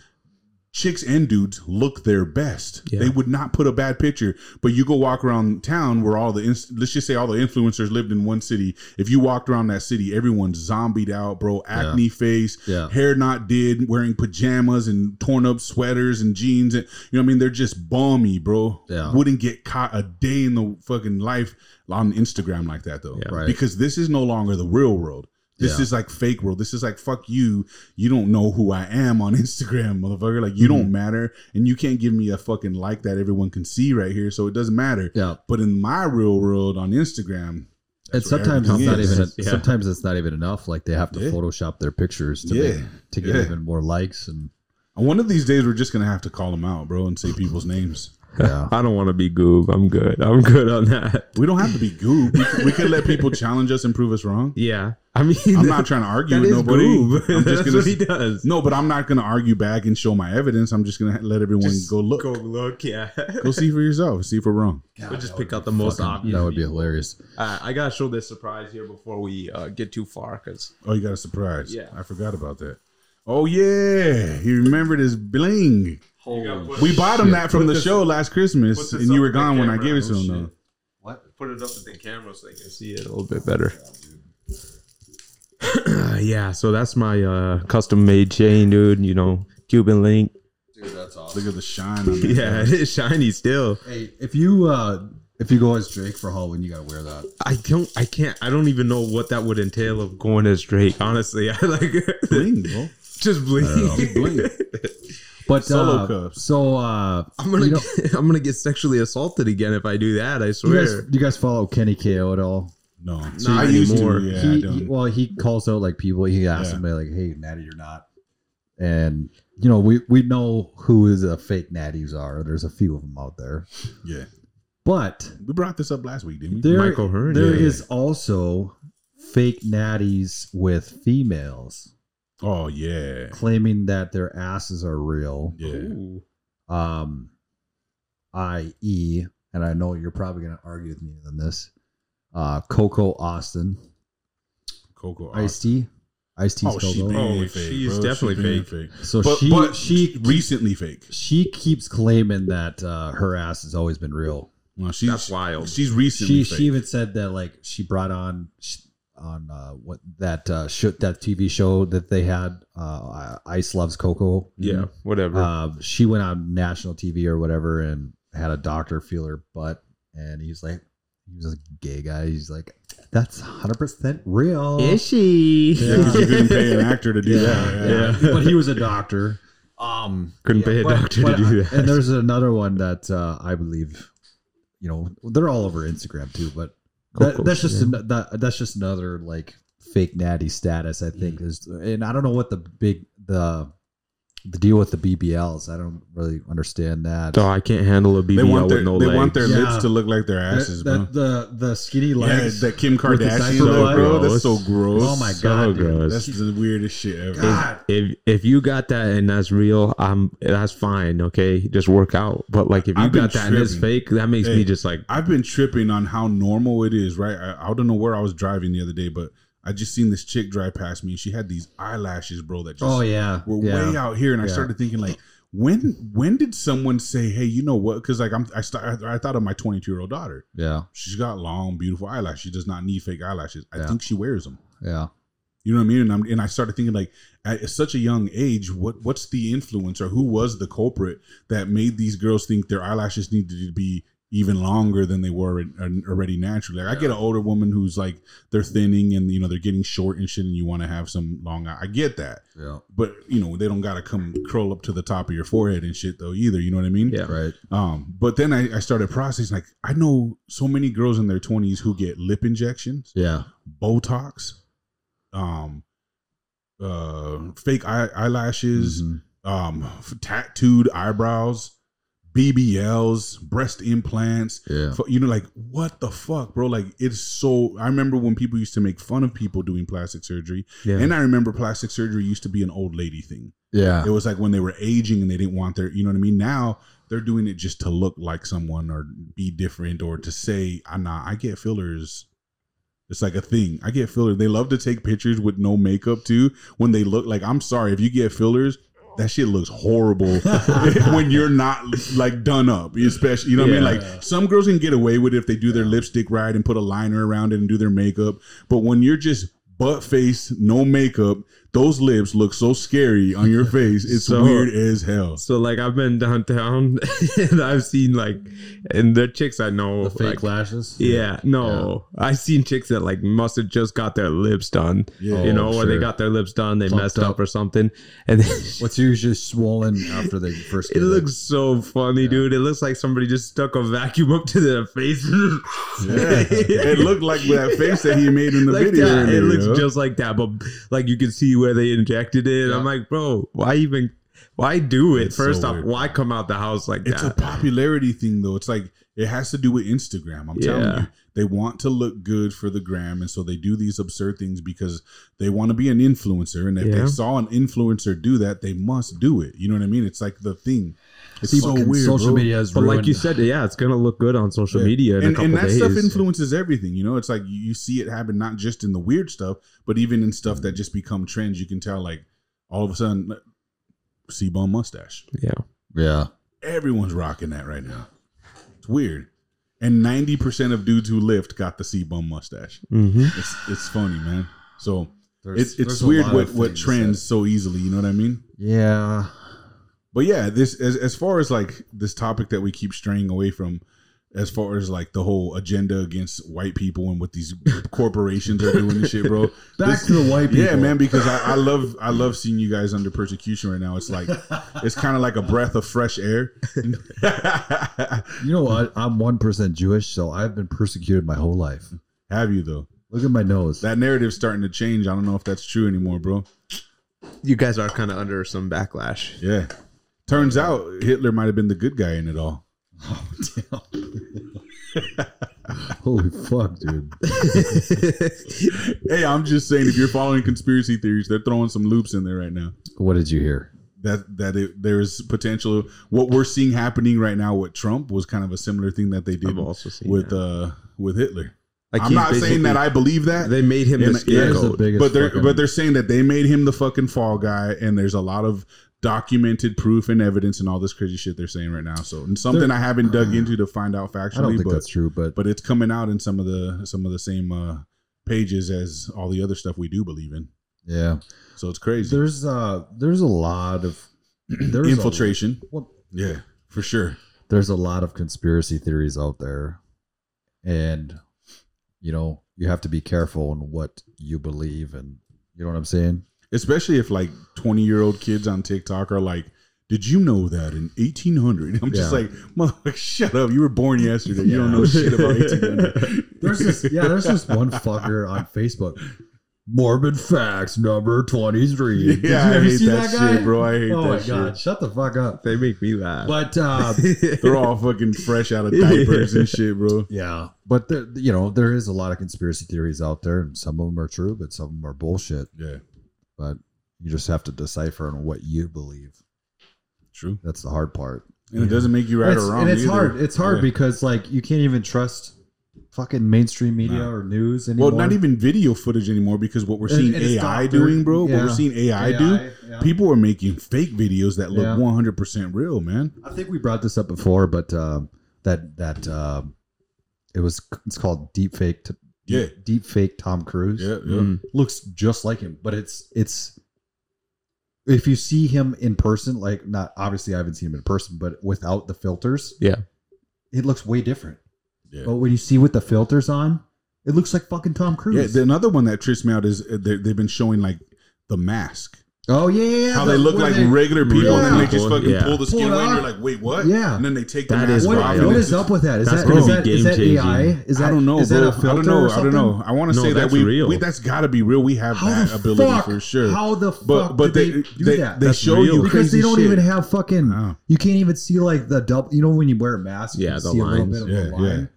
chicks and dudes look their best. Yeah. They would not put a bad picture, but you go walk around town where all the ins- let's just say all the influencers lived in one city. If you walked around that city, everyone's zombied out, bro. Acne face, Yeah. hair not did, wearing pajamas and torn up sweaters and jeans. And you know, what I mean, they're just balmy, bro. Yeah. Wouldn't get caught a day in the fucking life on Instagram like that though, Yeah. Right. because this is no longer the real world. This Yeah. is like fake world. This is like fuck you. You don't know who I am on Instagram, motherfucker. Like you Mm-hmm. don't matter, and you can't give me a fucking like that everyone can see right here, so it doesn't matter. Yeah. But in my real world on Instagram, and where sometimes it's everything not is. even Yeah. sometimes it's not even enough. Like they have to Yeah. Photoshop their pictures to Yeah. make, to get Yeah. even more likes and one of these days we're just gonna have to call them out, bro, and say people's names. yeah. I don't want to be goob. I'm good. I'm good on that. We don't have to be goob. We, could- we could let people challenge us and prove us wrong. Yeah. I mean, I'm not trying to argue that with is nobody. goob. I'm That's just what he gonna does. no, but I'm not gonna argue back and show my evidence. I'm just gonna let everyone go look, Go go, look. Yeah. see for yourself, see if we're wrong. we'll just pick out the most obvious. that would be hilarious. Uh, I gotta show this surprise here before we uh, get too far, because Oh, you got a surprise. Yeah. I forgot about that. Oh yeah, he remembered his bling. We bought him that from the show last Christmas, this and you up were on the gone when I camera. gave it to Oh, him. shit. Though put it up at the camera so they can see it a little bit better. yeah, so that's my uh, custom made chain, dude. You know, Cuban link. Dude, that's awesome. look at the shine. on that. Yeah, it is shiny still. Hey, if you uh if you go as Drake for Halloween, you gotta wear that. I don't, I can't, I don't even know what that would entail of going as Drake. Honestly, I like bling, bro. just bling. Bling. But Solo uh, cups. So uh, I'm gonna, You know- get, I'm gonna get sexually assaulted again if I do that. I you swear. guys, you guys follow Kenny KO at all? No, Not anymore. Yeah, I he, don't. he- well, he calls out like people. He asks Yeah. somebody like, "Hey, natty, you're not." And you know, we we know who is a fake natties are. There's a few of them out there, yeah, but we brought this up last week, didn't we? there there is Michael Hearn. yeah. also fake natties with females oh yeah, claiming that their asses are real. yeah. Ooh. um, i.e., and I know you're probably going to argue with me on this, uh, Coco Austin, Coco. Ice T, Ice T. Oh, she's Coco. been Oh, fake. she's bro. definitely She's been fake. So But, she but she recently fake. she keeps claiming that uh, her ass has always been real. Well, she's That's wild. she's recently She fake. she even said that like she brought on sh on uh, what that uh, shoot that TV show that they had uh, Ice loves Coco. Mm-hmm. yeah, whatever. uh, she went on national TV or whatever and had a doctor feel her butt, and he's like, he was a gay guy. He's like, that's hundred percent real. she? yeah, 'cause you couldn't pay an actor to do that. Yeah. Yeah. but he was a doctor. Um, Couldn't pay a but- doctor but to do I- that. And there's another one that uh, I believe, you know, they're all over Instagram too. But that, Coco, that's just yeah. an, that, that's just another like fake natty status. I think is, and I don't know what the big the the deal with the BBLs. I don't really understand that. Oh, I can't handle a BBL They want their with no they legs. want their Yeah. lips to look like their That- asses, bro. that- the the skinny yeah, legs. that Kim with the Kardashian, diaper look, leg. bro. That's so gross. oh my so god, dude. gross. That's the weirdest shit ever. God. if if you got that and that's real, I'm that's fine. Okay, just work out. But like if you I've been got that and it's tripping. fake, that makes Hey. me just like I've been tripping on how normal it is, right? I, I don't know where I was driving the other day, but I just seen this chick drive past me and she had these eyelashes, bro, that just Oh yeah, were yeah. way out here. And I Yeah. started thinking like, when when did someone say, hey, you know what? Because like I'm, I, st- I thought of my 22 year old daughter. yeah, She's got long, beautiful eyelashes. She does not need fake eyelashes. I Yeah. think she wears them. yeah, You know what I mean? And I'm and I started thinking like at such a young age, what what's the influence or who was the culprit that made these girls think their eyelashes needed to be even longer than they were in- in- already naturally? Like I get an older woman who's like they're thinning and you know they're getting short and shit, and you want to have some long. eye- I get that, yeah. but you know they don't gotta come curl up to the top of your forehead and shit though either. You know what I mean? yeah. Right. Um, but then I, I started processing like I know so many girls in their twenties who get lip injections. Yeah. Botox, um, uh, fake eye- eyelashes, Mhm. Mm-hmm. um, f- tattooed eyebrows, BBLs, breast implants. Yeah. F- You know, like what the fuck, bro? Like it's so. I remember when people used to make fun of people doing plastic surgery, Yeah. and I remember plastic surgery used to be an old lady thing. Yeah. It was like when they were aging and they didn't want their, you know what I mean? Now they're doing it just to look like someone or be different or to say, I'm not, I get fillers. It's like a thing. I get fillers. They love to take pictures with no makeup too when they look like, I'm sorry, if you get fillers, that shit looks horrible when you're not like done up, especially, you know what I mean? Yeah. Like some girls can get away with it if they do their lipstick right and put a liner around it and do their makeup. But when you're just butt face, no makeup, those lips look so scary on your face. It's So- weird as hell. So like I've been downtown and I've seen like and the chicks I know the fake like, lashes. Yeah, no. I've seen chicks that like must have just got their lips done. Yeah. you know, Oh, or they sure. got their lips done, they Plumped messed up. up. or something. And then What's usually swollen after they first? it get looks so funny, dude. It looks like somebody just stuck a vacuum up to their face. it looked like that face that he made in the like video. that. earlier, it looks yo. just like that, but like you can see where they injected it. Yeah. I'm like, bro, why even? Why do it? It's First so off, weird. why come out the house like it's a that? popularity thing though. It's like it has to do with Instagram. I'm telling Yeah. you. They want to look good for the gram and so they do these absurd things because they want to be an influencer and if Yeah. they saw an influencer do that, they must do it. You know what I mean? It's like the thing. It's See, so fucking weird. Social bro. media is But ruined. like you said, yeah, it's gonna look good on social Yeah. media in a and, couple and that days. stuff influences everything you know it's like you, you see it happen not just in the weird stuff but even in stuff Mm-hmm. that just become trends you can tell like all of a sudden c-bone mustache yeah, yeah, everyone's rocking that right now it's weird and 90% of dudes who lift got the c-bone mustache hmm it's, it's funny man so There's- it's, it's there's a weird lot what, of what things trends so easily you know what i mean that- yeah, but yeah, this as as far as like this topic that we keep straying away from, as far as like the whole agenda against white people and what these corporations are doing and shit, bro. back This- to the white people. yeah, man, because I, I love I love seeing you guys under persecution right now. It's like it's kind of like a breath of fresh air. You know what? I'm one percent Jewish, so I've been persecuted my whole life. Have you though? Look at my nose. That narrative's starting to change. I don't know if that's true anymore, bro. You guys are kind of under some backlash. Yeah. Turns out Hitler might have been the good guy in it all. Oh, damn. Holy fuck, dude. Hey, I'm just saying, if you're following conspiracy theories, they're throwing some loops in there right now. What did you hear? That that it, there's potential. What we're seeing happening right now with Trump was kind of a similar thing that they did I've also seen with that. uh with Hitler. Like, I'm he's not saying that I believe that, They made him And- the yeah, That is scapegoat. the biggest but they're fucking- but they're saying that they made him the fucking fall guy, and there's a lot of documented proof and evidence and all this crazy shit they're saying right now. So and something I haven't dug into to find out I don't factually, think but that's true, but, but it's coming out in some of the some of the same uh pages as all the other stuff we do believe in. yeah. So it's crazy. There's uh there's a lot of there's Infiltration. A, well, Yeah, for sure. there's a lot of conspiracy theories out there. And you know, you have to be careful in what you believe and you know what I'm saying? Especially if like 20 year old kids on TikTok are like, did you know that in 1800? I'm just Yeah. like, motherfucker, shut up. You were born yesterday. You don't know Yeah. shit about 1800. There's this yeah, there's this one fucker on Facebook. Morbid facts number twenty three. yeah, I hate that, shit, bro. I hate oh that my shit. god, shut the fuck up. They make me laugh. But uh They're all fucking fresh out of diapers and shit, bro. yeah, but there, you know there is a lot of conspiracy theories out there, and some of them are true, but some of them are bullshit. Yeah, But you just have to decipher on what you believe. true. That's the hard part. And it doesn't make you right and it's, or wrong. and it's either. hard. It's hard Yeah. because like you can't even trust fucking mainstream media Nah. or news anymore. Well, not even video footage anymore because what we're And- seeing and it's AI doctored. doing, bro. What Yeah. we're seeing AI, do. yeah. People are making fake videos that look Yeah. 100% real, man. I think we brought this up before, but um, that that um, it was it's called deep fake. T- Yeah. deep fake Tom Cruise. Yeah, yeah. Mm. looks just like him, but it's it's if you see him in person, like not obviously I haven't seen him in person, but without the filters, Yeah. it looks way different. Yeah. But when you see with the filters on, it looks like fucking Tom Yeah, Cruise. the, another one that trips me out is uh, they- they've been showing like the mask, oh yeah, yeah, yeah, how the- they look where like they- regular people, and then they Yeah. just fucking Yeah. pull the skin Pull it away, and you're off. like, wait, what? Yeah. And then they take the That mask is What- off. wild. and what it's is up with that? Is That's that is gonna that, be is that game-changing. AI? Is just- that I don't know, Is bro. that a filter I don't know. or I don't know. I want to No, say that that's we, real. we that's got to be real. We have How that the ability fuck? for sure. How the but fuck but did they they, they, do they, that? That's show real. you because they crazy don't shit. Uh-huh. even have fucking. Wow. You can't even see like the double. You know when you wear a mask, you Yeah, can the see lines. a little bit of the Yeah, Uh-huh. yeah. line.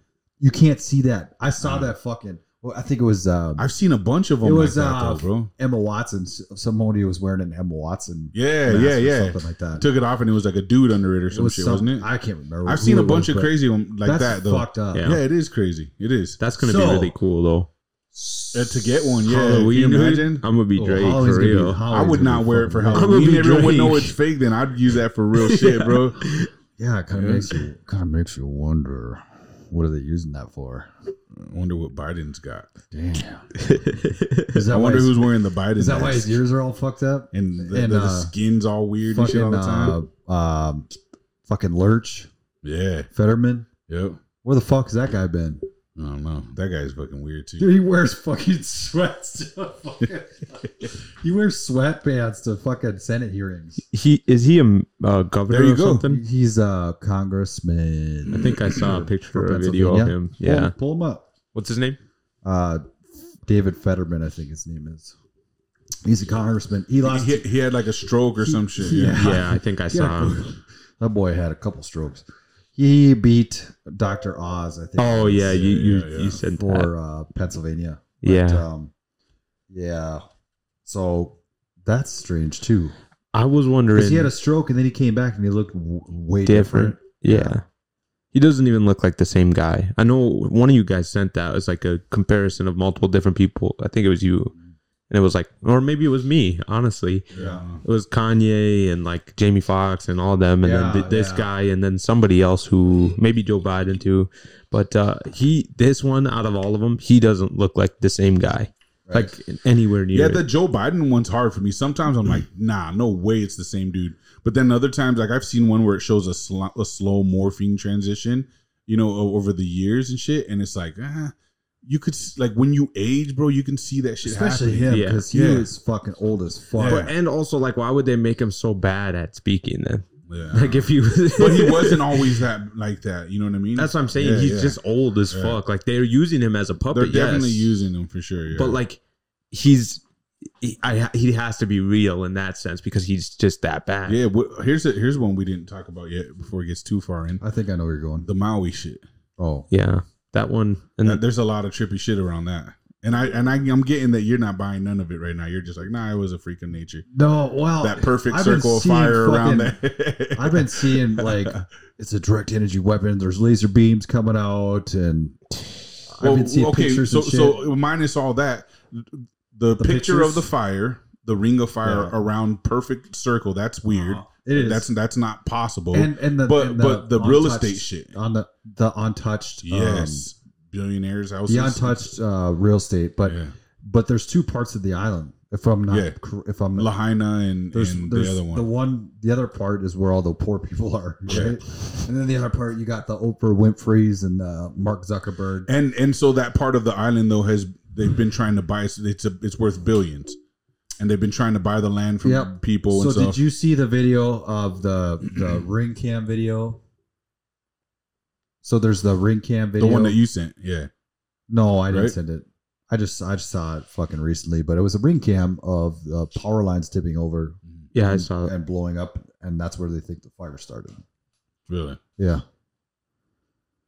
You can't see that. I saw that fucking. Well, I think it was um, I've seen a bunch of them. It like was, that, uh, though, bro. Emma Watson. s- Somebody was wearing an Emma Watson. Yeah, mask yeah, or yeah. something like that. Took it off and it was like a dude under it or It some was shit, some- wasn't it? I can't remember. I've who seen a it bunch was, of but crazy one like that's that though. Fucked up. Yeah. Yeah, it is crazy. It is. That's gonna So- be really cool though. Uh, to get one, yeah. Halloween, Can you dude, imagine? I'm gonna be Oh, Drake Halloween's for gonna be- real. I Halloween's would gonna not be wear it for fucking wild. I'm Halloween. gonna be Everyone would know Drake. it's fake. Then I'd use that for real shit, bro. Yeah, it kind Yeah. of makes you kind of makes you wonder what are they using that for? I wonder what Biden's got. Damn. Is that I why wonder his- who's wearing the Biden. is that why mask. his ears are all fucked up? and the, and, the, uh, skin's all weird and shit all Fucking the time? uh, um, fucking Lurch yeah. Fetterman. Yep. Where the fuck has that guy been? I don't know. That guy's fucking weird too. Dude, he wears fucking sweats. To fucking, he wears sweatpants to fucking Senate hearings. he is he a uh, governor There you or go. something? He's a congressman. I think I saw Mm. a picture or a video of Pennsylvania. him. Pull him- Yeah. pull him up. What's his name? Uh, David Fetterman, I think his name is. He's a congressman. He lost. He, he had like a stroke or some shit. he- Yeah. Yeah, I think I saw him. that boy had a couple strokes. He beat Dr. Oz, I think. Oh it was, yeah, you you, Yeah, yeah. you said that. for uh, Pennsylvania. Yeah. uh, um, yeah. So that's strange too, I was because wondering. he had a stroke and then he came back and he looked w- way different. different. Yeah. He doesn't even look like the same guy. I know one of you guys sent that. It was like a comparison of multiple different people. I think it was you. And it was like, or maybe it was me, honestly. Yeah. It was Kanye and like Jamie Foxx and all them, and then Yeah, th- this yeah. guy, and then somebody else who maybe Joe Biden too. But uh, he, this one out of all of them, he doesn't look like the same guy, Right. like anywhere near. Yeah, it. the Joe Biden one's hard for me. Sometimes Mm. I'm like, nah, no way it's the same dude. But then other times, like I've seen one where it shows a, sl- a slow morphing transition, you know, o- over the years and shit. And it's like, ah, you could, s- like when you age, bro, you can see that shit Especially happening. him Yeah. because he Yeah. was fucking old as fuck. Yeah. But and also like, why would they make him so bad at speaking then? Yeah. Like if you, but he wasn't always that like that. You know what I mean? That's what I'm saying. Yeah, He's yeah. just old as Yeah. fuck. Like they're using him as a They're puppet. definitely yes. using him for sure. Yeah. but like he's he, I, he has to be real in that sense because he's just that bad. yeah. wh- Here's a, here's one we didn't talk about yet before it gets too far in I think I know where you're going. the Maui shit. Oh, Yeah, that one. And Uh, there's a lot of trippy shit around that. And I and I, I'm getting that you're not buying none of it right now. You're just like, nah, it was a freak of nature. No, well, That perfect Oh, I've been circle of seeing fire around fucking- that. I've been seeing like it's a direct energy weapon. There's laser beams coming out, and I've been seeing pictures so, and shit. so minus all that, the, picture pictures? of the fire, the ring of fire Yeah. Uh-huh. around perfect circle. That's weird. Uh, it is. That's that's not possible. and and the but and but the real untouched- estate shit. on the the untouched um, yes, billionaires houses. the untouched uh, real estate. But yeah. but there's two parts of the island. If I'm not Yeah. cor- if I'm Lahaina and, there's, and there's the other one. the one the other part is where all the poor people are, right? Yeah. And then the other part you got the Oprah Winfrey's and uh, Mark Zuckerberg. and and so that part of the island though has they've been trying to buy. It's a, it's worth billions, and they've been trying to buy the land from Yep. people So and did stuff. you see the video of the the ring cam video? So there's the ring cam the video. one that you sent, yeah. no, I didn't right? send it. I just I just saw it fucking recently, but it was a ring cam of the power lines tipping over yeah, I and, saw. That. and blowing up, and that's where they think the fire started. Really Yeah,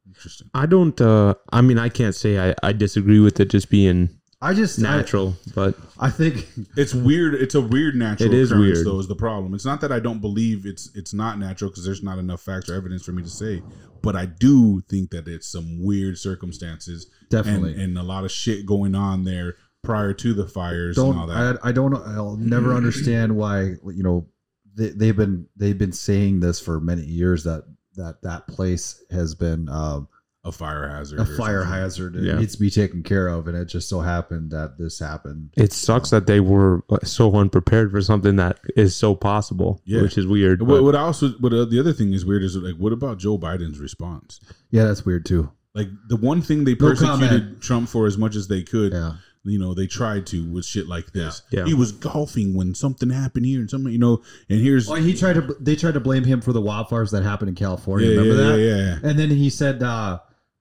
interesting. I don't. uh I mean, I can't say I I disagree with it just being I just I, natural, but I think It's weird. It's a weird natural. It is occurrence, weird. though. Is the problem? It's not that I don't believe it's it's not natural because there's not enough facts or evidence for me to say. But I do think that it's some weird circumstances and, definitely and a lot of shit going on there prior to the fires and all don't that. I, I don't I'll never understand why you know they, they've been they've been saying this for many years that that that place has been um, a fire hazard. a or fire something. hazard it Yeah. needs to be taken care of and it just so happened that this happened it sucks that they were uh, so unprepared for something that is so possible, Yeah. which is weird. but- What, what I also, what uh, the other thing is weird is like, what about Joe Biden's response? yeah that's weird too Like the one thing they No persecuted comment. Trump for as much as they could, yeah you know, they tried to with shit like this. Yeah. Yeah. He was golfing when something happened here and something, you know, and here's well he tried to they tried to blame him for the wildfires that happened in California yeah, remember yeah, that yeah, yeah. and then he said uh,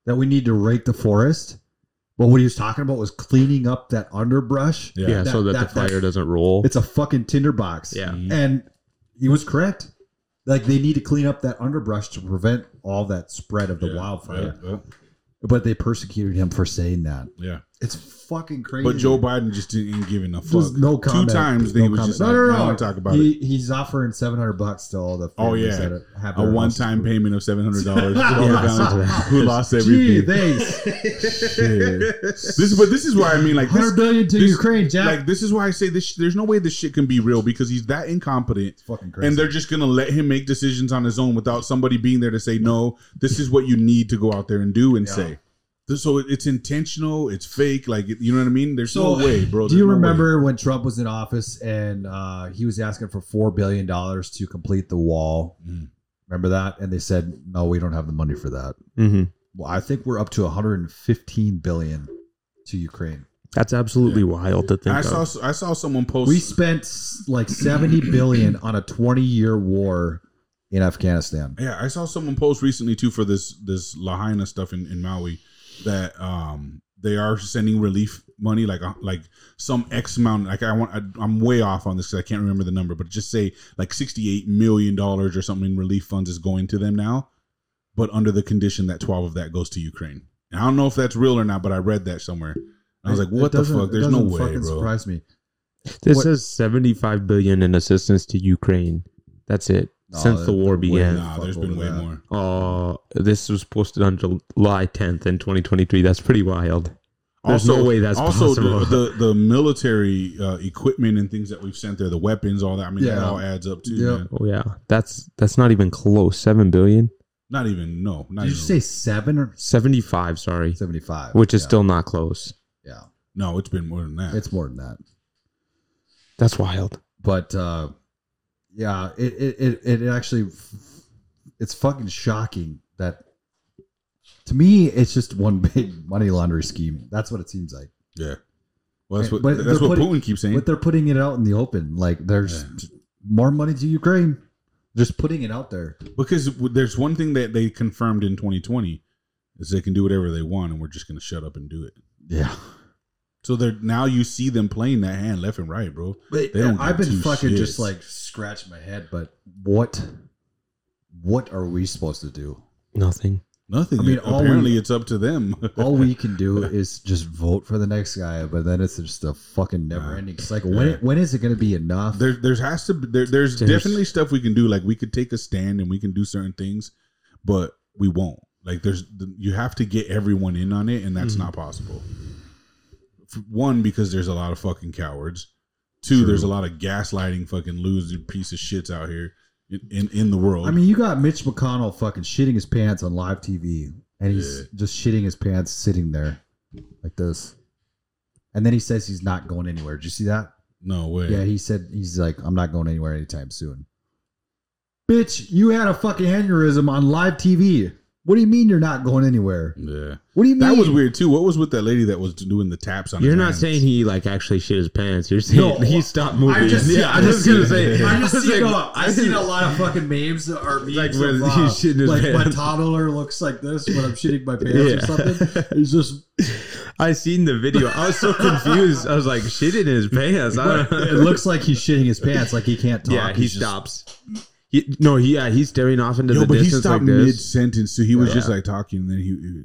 that we need to rake the forest but what he was talking about was cleaning up that underbrush Yeah. yeah, so that- that, that- the fire that- doesn't roll. it's a fucking tinderbox yeah, Mhm. and he was correct. Like they need to clean up that underbrush to prevent all that spread of the Yeah, wildfire. yeah, yeah. But they persecuted him for saying that. Yeah. It's fucking crazy. But Joe Biden just didn't give enough fuck. Just no comment. Two times they no was comment. just like, no, I don't talk about he, it. He's offering seven hundred bucks to all the Oh, families yeah. that have A their one houses time burned. payment of seven hundred dollars to all the Yeah. families who lost Gee, everything. thanks. Shit. This is but this is why I mean like this, Hundred billion to this- Ukraine, Jack. like this is why I say this. sh- There's no way this shit can be real because he's that incompetent, It's fucking crazy. and they're just gonna let him make decisions on his own without somebody being there to say no. This is what you need to go out there and do and Yeah. say. Th- So it- it's intentional. It's fake. Like you know what I mean. There's So, no way, bro. Do you There's no way. remember when Trump was in office and uh, he was asking for four billion dollars to complete the wall? Mm. Remember that? And they said, "No, we don't have the money for that." hmm Well, I think we're up to 115 billion to Ukraine. that's absolutely wild to think I of. saw s- I saw someone post. We spent s- like 70 billion on a 20-year war in Afghanistan. Yeah, I saw someone post recently too for this this Lahaina stuff in, in Maui that um they are sending relief money like uh, like some X amount like I want I, I'm way off on this because I can't remember the number but just say like 68 million dollars or something in relief funds is going to them now but under the condition that 12 of that goes to Ukraine. And I don't know if that's real or not but I read that somewhere. I was like It what the doesn't- fuck it there's no doesn't way fucking bro. Surprise me. This What- says 75 billion in assistance to Ukraine. That's it No, since the there's no war way. began. Nah, Fuck there's over been way that. more. Uh, this was posted on July 10th in 2023. That's pretty wild. There's no way that's also the- possible. The, the military uh, equipment and things that we've sent there, the weapons, all that. I mean, that Yeah. all adds up too. Yeah. man. Oh yeah, that's that's not even close. Seven billion. Not even no. Not Did you even- say 7 or 75, sorry, 75? which is Yeah. still not close. Yeah. no? It's been more than that. It's more than that. That's wild. but uh yeah it it it, it actually it's fucking shocking that to me it's just one big money laundering scheme that's what it seems like yeah. Well, that's what But that's they're what putting- Putin keeps saying. but they're putting it out in the open like there's more money to ukraine Just putting it out there. Because w- there's one thing that they confirmed in 2020 is they can do whatever they want, and we're just going to shut up and do it. Yeah. So they're now you see them playing that hand left and right, bro. But They don't I've give been two fucking shits. just like scratching my head. But what, what are we supposed to do? Nothing. Nothing. I mean, all we- apparently it's up to them. All we can do is just vote for the next guy. But then it's just a fucking never-ending cycle. When it, when is it going to be enough? there, there's has to be, there, there's, There's- definitely stuff we can do. Like we could take a stand and we can do certain things, but we won't. Like there's you have to get everyone in on it, and that's Mm-hmm. not possible. F- One because there's a lot of fucking cowards. Two, True. there's a lot of gaslighting fucking losing piece of shits out here in in, in the world. I mean, you got Mitch McConnell fucking shitting his pants on live TV, and he's Yeah. just shitting his pants sitting there like this. And then he says he's not going anywhere. Did you see that? no way. Yeah, he said he's like, I'm not going anywhere anytime soon. Bitch, you had a fucking aneurysm on live TV. What do you mean you're not going anywhere? yeah. What do you mean? That was weird too. What was with that lady that was doing the taps on? You're his not hands? saying he like actually shit his pants. You're saying No, he stopped moving. I just, yeah, I was seen- gonna say. I just was seen, like, a, I seen a lot of fucking memes or memes Like of, when uh, he's shitting his like my pants. toddler looks like this when I'm shitting my pants Yeah. or something. It's just I seen the video. I was so confused. I was like, shit in his pants. I don't it know. looks like he's shitting his pants, like he can't talk. yeah, he He's just- stops. He, no, he, yeah, he's staring off into Yo, the but he distance stopped like mid this. sentence, so he was Yeah. just like talking, and then he, he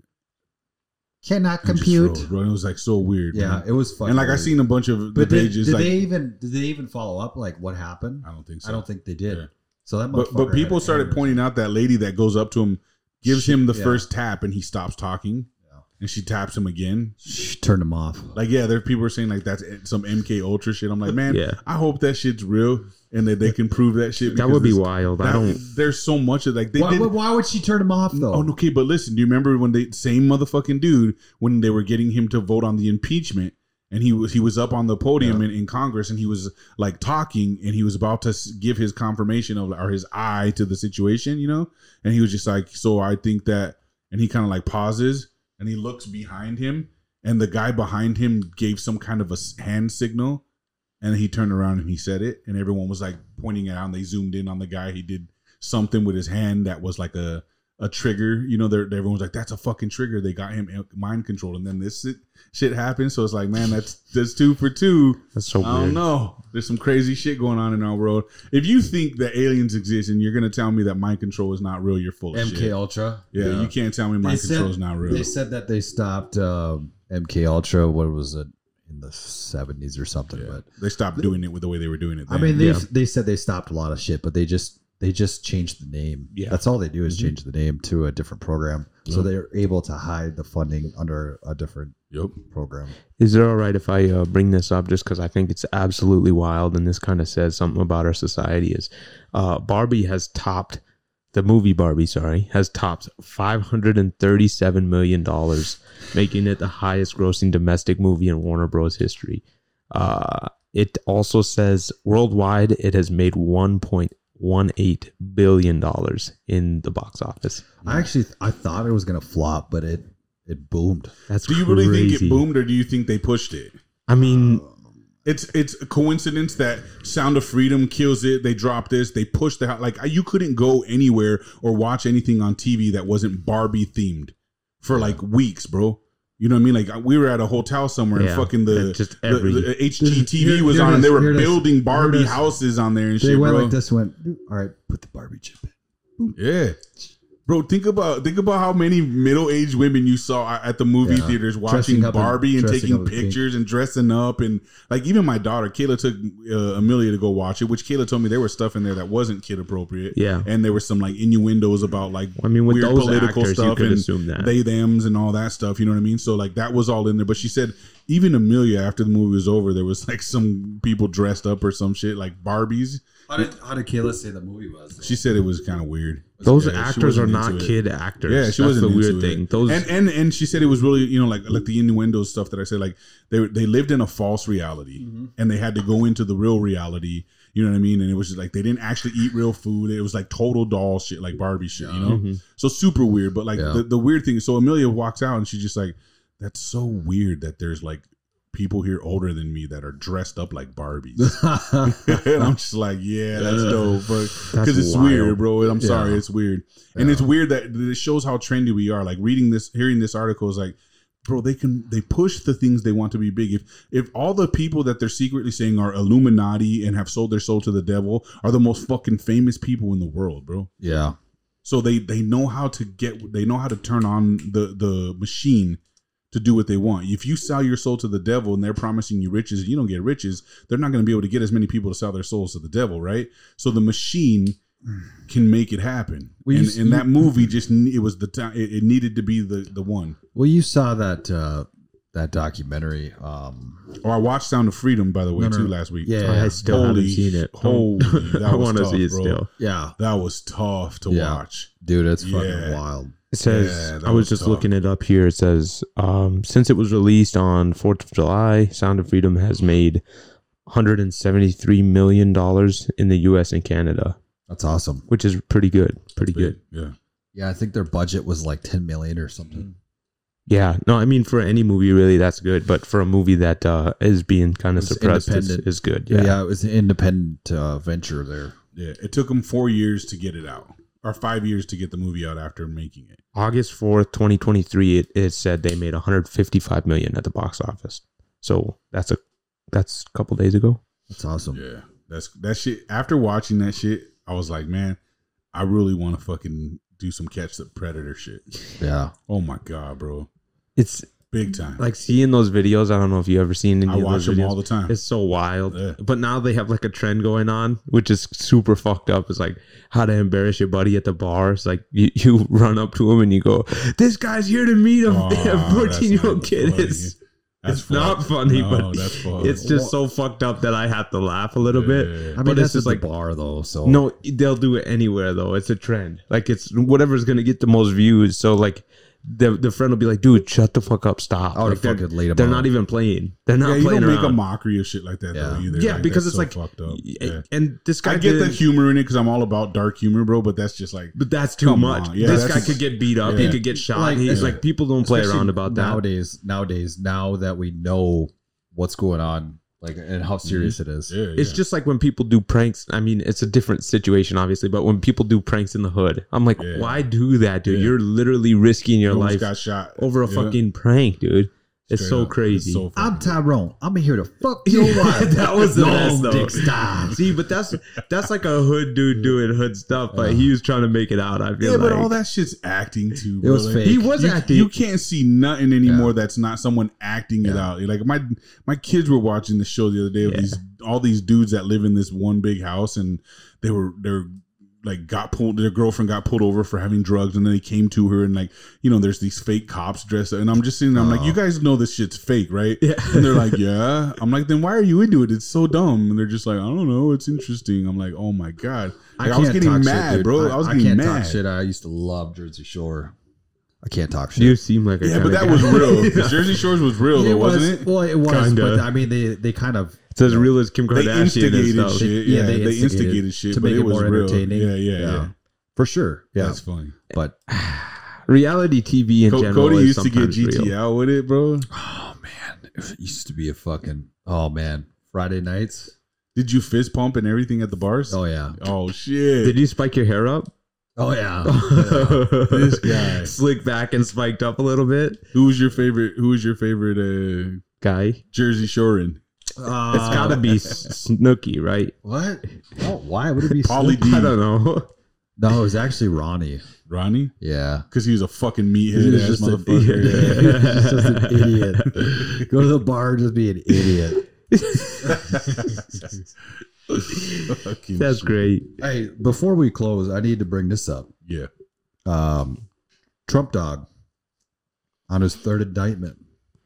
cannot he just compute. rolled, bro. It was like so weird. Yeah, man. it was fucking. and like I weird. seen a bunch of the but did, pages. did like they even did they even follow up? Like what happened? I don't think so. I don't think they did. Yeah. So that But but motherfucker people had an started aneurysm. pointing out that lady that goes up to him, gives She- him the yeah. first tap, and he stops talking, Yeah. and she taps him again. Shh, turned him off. Like yeah, there people are saying like that's some MK Ultra shit. I'm like man, Yeah. I hope that shit's real and that they can prove that shit. That because would be it's- wild. I that- don't. There's so much of like they Why, did. why- why would she turn him off though? Oh, no, okay, but listen, do you remember when the same motherfucking dude when they were getting him to vote on the impeachment and he was he was up on the podium in, in Congress and he was like talking and he was about to s- give his confirmation of or his eye to the situation, you know? And he was just like, "So I think that," and he kind of like pauses and he looks behind him and the guy behind him gave some kind of a s- hand signal and he turned around and he said it and everyone was like pointing it out and they zoomed in on the guy he did something with his hand that was like a a trigger you know they're, everyone was like that's a fucking trigger they got him uh, mind controlled and then this shit, shit happened so it's like man that's that's two for two That's so i don't weird. know there's some crazy shit going on in our world if you think that aliens exist and you're gonna tell me that mind control is not real you're full of MK shit Ultra. yeah, you can't tell me mind control is not real They said that they stopped um, MK Ultra. What was it in the seventies or something? Yeah. But they stopped doing it with the way they were doing it I then. mean, they Yeah. they said they stopped a lot of shit, but they just they just changed the name. Yeah. that's all they do is Mhm. change the name to a different program, so Yep. they're able to hide the funding under a different yep program. Is it all right if I uh, bring this up just because I think it's absolutely wild and this kind of says something about our society? Is uh, Barbie has topped the movie Barbie, sorry, has topped $537 million, making it the highest grossing domestic movie in Warner Bros. history. Uh, it also says worldwide it has made $1.18 billion in the box office. I actually I thought it was gonna flop, but it it boomed. That's do you really think crazy. it boomed or do you think they pushed it I mean, It's it's a coincidence that Sound of Freedom kills it. They drop this. They push the hou- like you couldn't go anywhere or watch anything on TV that wasn't Barbie themed for like weeks, bro. You know what I mean? Like we were at a hotel somewhere Yeah. and fucking the, And just the- every- the HGTV Here- was here on it and they is, were here it is, building here it Barbie is. houses on there and They shit, went bro. like this. Went all right. Put the Barbie chip in. Yeah. Bro, think about think about how many middle aged women you saw at the movie Yeah. theaters watching Dressing up in- Barbie and dressing taking up in pink. pictures and dressing up and like even my daughter Kayla took uh, Amelia to go watch it, which Kayla told me there was stuff in there that wasn't kid appropriate. Yeah. and there were some like innuendos about like I mean, with those actors, you could and assume that. they them's and all that stuff. You know what I mean? So like that was all in there. But she said even Amelia after the movie was over, there was like some people dressed up or some shit like Barbies. How did how did Kayla say the movie was? She said it was kind of weird. Those Yeah, she actors are wasn't not into it. kid actors. Yeah, she That's wasn't the into weird it. thing. Those and, and and she said it was really you know like like the innuendo stuff that I said like they they lived in a false reality and they had to go into the real reality. You know what I mean? And it was just like they didn't actually eat real food. It was like total doll shit, like Barbie shit. You know, Mhm. so super weird. But like Yeah. the, the weird thing, so Amelia walks out and she's just like, "That's so weird that there's like people here older than me that are dressed up like Barbies. and I'm just like, yeah, that's Ugh. dope, That's because it's wild. weird, bro. And I'm Yeah. sorry, it's weird, and Yeah. it's weird that that it shows how trendy we are. Like reading this, hearing this article is like, bro, they can they push the things they want to be big. If if all the people that they're secretly saying are Illuminati and have sold their soul to the devil are the most fucking famous people in the world, bro. yeah. So they they know how to get they know how to turn on the the machine to do what they want. If you sell your soul to the devil and they're promising you riches and you don't get riches, they're not going to be able to get as many people to sell their souls to the devil, right? So the machine can make it happen. Well, you and, s- and that movie just ne- it was the time it, it needed to be the the one. Well, you saw that uh, that documentary. Um, Or Oh, I watched Sound of Freedom by the way No, no, too no. last week. Yeah. I still haven't Holy seen it. Holy, that I was want to tough, see it bro. still. yeah, That was tough to Yeah. watch. dude, it's fucking Yeah. wild. It says Yeah, that I was, was just tough. looking it up here. It says um, since it was released on Fourth of July, Sound of Freedom has made 173 million dollars in the U.S. and Canada, That's awesome. which is pretty good. Pretty good. Yeah. Yeah, I think their budget was like ten million or something. Yeah. No, I mean for any movie, really, that's good. But for a movie that uh, is being kind of It's suppressed, is, independent. is good. Yeah, Yeah. it was an independent uh, venture there. Yeah, it took them four years to get it out, or five years to get the movie out after making it. August fourth, twenty twenty three. It, it said they made 155 million at the box office. So that's a that's a couple days ago. That's awesome. Yeah, that's that shit. After watching that shit, I was like, man, I really want to fucking do some catch the predator shit. Yeah, Oh my god, bro, It's big time. like seeing those videos. I don't know if you ever seen any I of watch those them videos. all the time. It's so wild. Yeah. But now they have like a trend going on, which is super fucked up. It's like how to embarrass your buddy at the bar. It's like you, you run up to him and you go, This guy's here to meet a- Oh, a that's 14 year old not kid. funny. It's, That's it's not funny, No, but that's funny. it's just so fucked up that I have to laugh a little bit. I mean But it's that's just just like like- bar though. So No, they'll do it anywhere though. It's a trend. Like it's whatever's gonna get the most views. So like the the friend will be like, dude, shut the fuck up, stop. Oh, I would Like, have they're, fucking laid them. they're out. not even playing. They're yeah, not you playing don't make a around. mockery of shit like that though Yeah. either. Yeah, because that's it's like- fucked up. Yeah. And this guy I get the didn't- humor in it because I'm all about dark humor, bro. But that's just like But that's too Come much. on. Yeah, this that's guy just- could get beat up. He Yeah. could get shot. Like, He's yeah. like, people don't play Especially around about that. nowadays. Nowadays, now that we know what's going on, like and how serious it is. Mm-hmm. yeah, It's just like when people do pranks. I mean, it's a different situation, obviously, but when people do pranks in the hood, I'm like, Yeah. why do that, dude? Yeah. You're literally risking your life got shot over a Yeah. fucking prank, dude. It's Straight so up. It's crazy. so fucking I'm Tyrone. I'm here to fuck your Yeah, wife. that was the Long best though. dick style. See, but that's that's like a hood dude doing hood stuff, but he was trying to make it out. I feel Yeah, like but all that shit's acting too. It was Like, fake. he was you, acting. you can't see nothing anymore that's not someone acting it out. Like my my kids were watching the show the other day of Yeah. these all these dudes that live in this one big house and they were they're like got pulled their girlfriend got pulled over for having drugs and then they came to her and like you know there's these fake cops dressed up and I'm just sitting there, I'm like Oh. you guys know this shit's fake right Yeah. and they're like yeah I'm like then why are you into it it's so dumb and they're just like I don't know it's interesting I'm like oh my god Like, I was can't getting talk shit, mad, dude. bro. I was getting can't mad. talk shit. I used to love Jersey Shore. I can't talk shit. you seem like a yeah but kinda that guy. was real 'Cause Jersey Shores was real though wasn't it Well, it was, Kinda. but I mean, they they kind of It's as real as Kim they Kardashian and instigated stuff. shit. They- Yeah, yeah, they Oh, they, instigated instigated, shit, to but make it, it was more real. entertaining. Yeah, yeah, yeah, for sure. Yeah, That's funny. but Reality TV in Co- general. Cody is used to get sometimes GT real. out with it, bro. oh man, it used to be a fucking oh man Friday nights. Did you fist pump and everything at the bars? Oh yeah, Oh, shit. Did you spike your hair up? oh yeah. This guy. Slick back and spiked up a little bit. who was your favorite? Who was your favorite uh, Guy. Jersey Shorean? Uh, It's gotta be S- Snooki, right? what? Oh, why would it be Pauly Snoop? D. I don't know. No, it was actually Ronnie. Ronnie? Yeah, Because he was a fucking He meathead was ass just an motherfucker. idiot. He was just an idiot. Go to the bar and just be an idiot. Fucking That's shit. great. Hey, before we close, I need to bring this up. Yeah. Um, Trump dog on his third indictment.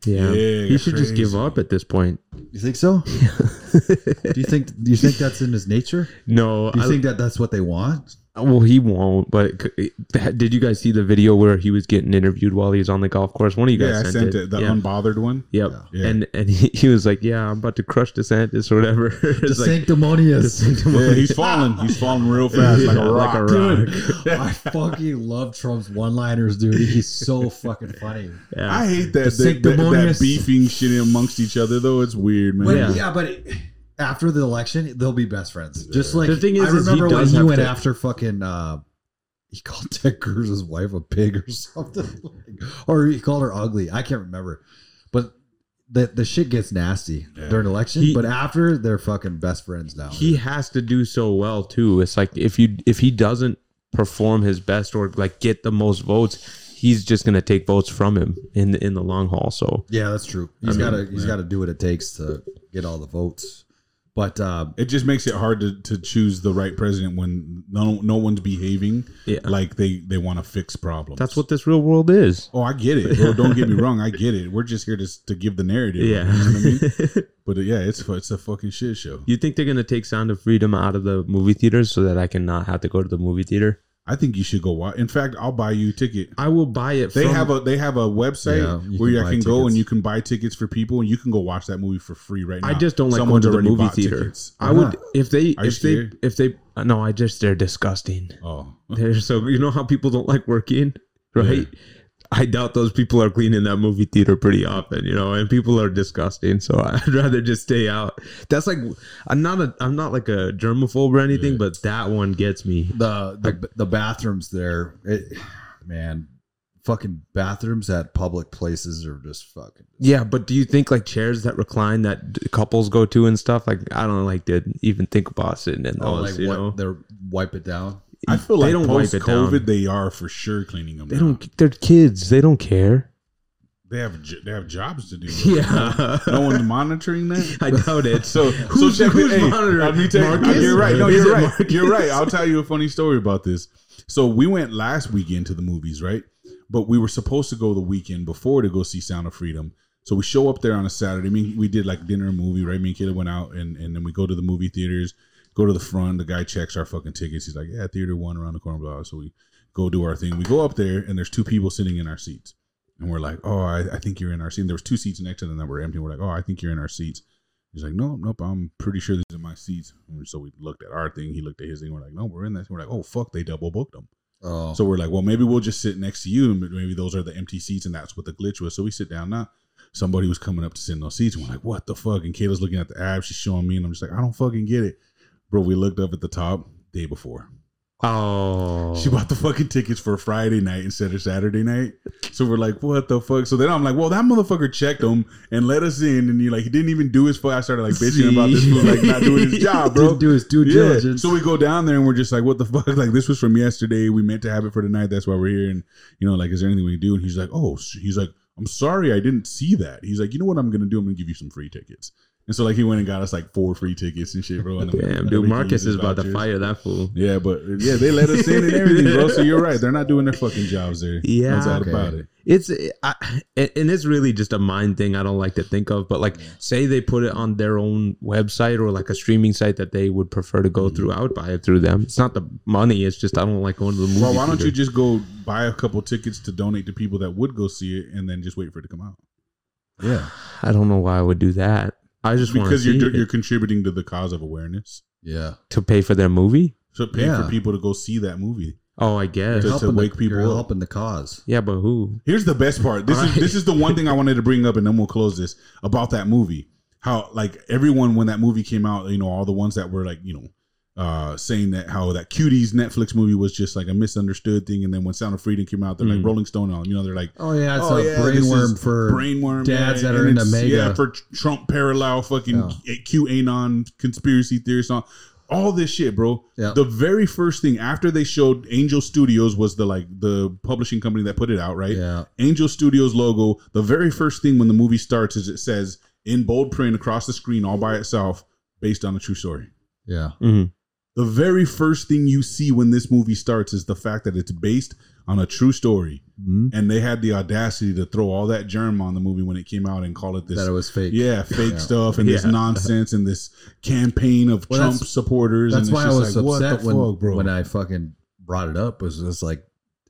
Yeah. Yeah, he should just give crazy. up at this point. You think so? do you think? Do you think that's in his nature? No, Do you I, think that that's what they want? Well, he won't. But c- that- did you guys see the video where he was getting interviewed while he was on the golf course? One of you guys Yeah, I sent, sent it. The yeah. unbothered one. Yep. Yeah. And and he, he was like, "Yeah, I'm about to crush DeSantis or whatever." it's The like, sanctimonious. Yeah, he's falling. He's falling real fast, like Yeah, a rock. like a Dude, I fucking love Trump's one-liners, dude. He's so fucking funny. yeah. I hate that, The that, that, that sanctimonious- beefing shit amongst each other though. It's weird, man. But Yeah. yeah, but it- after the election, they'll be best friends. Just like The thing is, I is he remember when does he have went to- after fucking. Uh, he called Ted Cruz's wife a pig or something, or he called her ugly. I can't remember, but the the shit gets nasty Yeah. during election. He- but after, they're fucking best friends now. he has to do so well too. It's like if you if he doesn't perform his best or like get the most votes, he's just gonna take votes from him in the, in the long haul. So yeah, that's true. He's got to he's got to do what it takes to get all the votes. But uh, It just makes it hard to, to choose the right president when no no one's behaving Yeah. like they, they want to fix problems. that's what this real world is. Oh, I get it. Bro, don't get me wrong. I get it. We're just here to to give the narrative. Yeah. You know what I mean? But uh, yeah, it's fu- it's a fucking shit show. you think they're gonna take Sound of Freedom out of the movie theaters so that I can not have to go to the movie theater? I think you should go watch. In fact, I'll buy you a ticket. I will buy it. They from- have a they have a website Yeah, you where can you buy can go and tickets. you can buy tickets for people and you can go watch that movie for free right now. I just don't like Someone's going to the already movie bought theater. tickets. I Why would not? if they Are you if they scared? if they uh, no, I just they're disgusting. Oh, They're so you know how people don't like working, right? I doubt those people are cleaning that movie theater pretty often, you know, and people are disgusting. So I'd rather just stay out. That's like I'm not a I'm not like a germaphobe or anything, Yeah. but that one gets me. the the, the bathrooms there, it, man, fucking bathrooms at public places are just fucking. Yeah, but do you think like chairs that recline that d- couples go to and stuff? Like I don't like to even think about sitting in those. Oh, like you what? know, They're wipe it down. I feel They like don't wipe post it down. COVID they are for sure cleaning them. they down. don't. They're kids. They don't care. They have j- they have jobs to do. Yeah, no one's monitoring that. I doubt it. So, Who's- so check who's it. Hey, monitoring? let me tell you- uh, Marcus? you're right. No, Is you're it right. Marcus? You're right. I'll tell you a funny story about this. So we went last weekend to the movies, right? But we were supposed to go the weekend before to go see Sound of Freedom. So we show up there on a Saturday. I mean, we did like dinner and movie, right? Me and Caleb went out, and and then we go to the movie theaters. Go to the front. The guy checks our fucking tickets. He's like, "Yeah, theater one around the corner." Blah. blah. So we go do our thing. We go up there, and there's two people sitting in our seats, and we're like, "Oh, I, I think you're in our seat." And there was two seats next to them that were empty. We're like, "Oh, I think you're in our seats." He's like, nope, nope, I'm pretty sure this is my seats. And so we looked at our thing. He looked at his thing. We're like, no, we're in that. We're like, oh, fuck, they double booked them. Oh, So we're like, well, maybe we'll just sit next to you. And maybe those are the empty seats. And that's what the glitch was. So we sit down now. Somebody was coming up to sit in those seats. And we're like, what the fuck? And Kayla's looking at the abs. She's showing me. And I'm just like, I don't fucking get it. Bro, we looked up at the top day before. Oh, She bought the fucking tickets for Friday night instead of Saturday night. So we're like, what the fuck? So then I'm like, well, that motherfucker checked him and let us in, and he like he didn't even do his. Fu- I started like bitching about this fool like not doing his job, bro. Didn't do his due Yeah. diligence. So we go down there and we're just like, what the fuck? Like this was from yesterday. We meant to have it for tonight. That's why we're here. And you know, like, is there anything we can do? And he's like, oh, sh- he's like, I'm sorry, I didn't see that. He's like, you know what I'm gonna do? I'm gonna give you some free tickets. And so like he went and got us like four free tickets and shit, bro. And I'm like, damn, "I think dude, he Marcus uses is about to vouchers." fire that fool. Yeah, but yeah, they let us in and everything, bro. So you're right; they're not doing their fucking jobs there. Yeah. no doubt Okay. about it. It's I, and and it's really just a mind thing. I don't like to think of, but like, say they put it on their own website or like a streaming site that they would prefer to go Mm-hmm. through. I would buy it through them. It's not the money. It's just I don't like going to the movie. Well, why don't theater. you just go buy a couple tickets to donate to people that would go see it, and then just wait for it to come out? yeah, I don't know why I would do that. I just want Because to you're you do- you're contributing to the cause of awareness. yeah. to pay for their movie. So pay Yeah. for people to go see that movie. Oh, I guess. to Helping the- wake people you're up. helping the cause. Yeah, but who? Here's the best part. This is Alright. this is the one thing I wanted to bring up, and then we'll close this about that movie. How like everyone when that movie came out, you know, all the ones that were like, you know, uh, saying that how that cuties Netflix movie was just like a misunderstood thing, and then when Sound of Freedom came out, they're Mm. like Rolling Stone, and all, you know, they're like, Oh yeah, it's Oh, a yeah, this brainworm is for brainworm dads that and are into it's- mega. Yeah, for tr- Trump parallel fucking QAnon conspiracy theorists on all this shit, bro. Yeah. The very first thing after they showed Angel Studios was the like the publishing company that put it out, right? yeah. Angel Studios logo. The very first thing when the movie starts is it says in bold print across the screen all by itself, based on a true story. Yeah, Mhm. The very first thing you see when this movie starts is the fact that it's based on a true story Mhm. and they had the audacity to throw all that germ on the movie when it came out and call it this that it was fake. yeah fake Yeah. stuff and this Yeah. nonsense and this campaign of Well, trump that's- supporters that's and it's why I just like, was upset what the when fuck, bro when I fucking brought it up was just like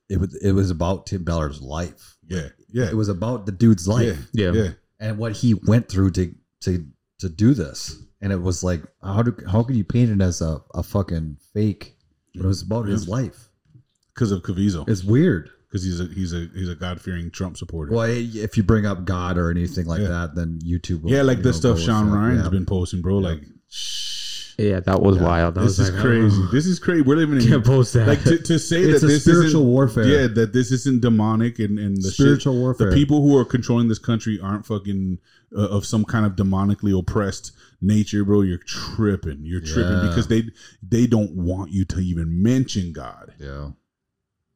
it was it was about Tim Ballard's life. Yeah, yeah, It was about the dude's life Yeah. yeah. and what he went through to to to do this. And it was like how do how could you paint it as a, a fucking fake? But it was about his life. Because of Cavizo, It's weird. because he's a he's a he's a God fearing Trump supporter. Well, i- if you bring up God or anything like Yeah. that, then YouTube. yeah, like you the know, go stuff with Sean that. Ryan's Yeah. been posting, bro. Yeah. Like, shh, Yeah, that was wild. I this was is like, crazy. This is crazy. We're living in Can't post that. like to, to say It's that a this spiritual isn't, warfare. Yeah, that this isn't demonic and and the shit- spiritual warfare. The people who are controlling this country aren't fucking uh, of some kind of demonically oppressed nature, bro. You're tripping. You're tripping Yeah. because they they don't want you to even mention God. Yeah.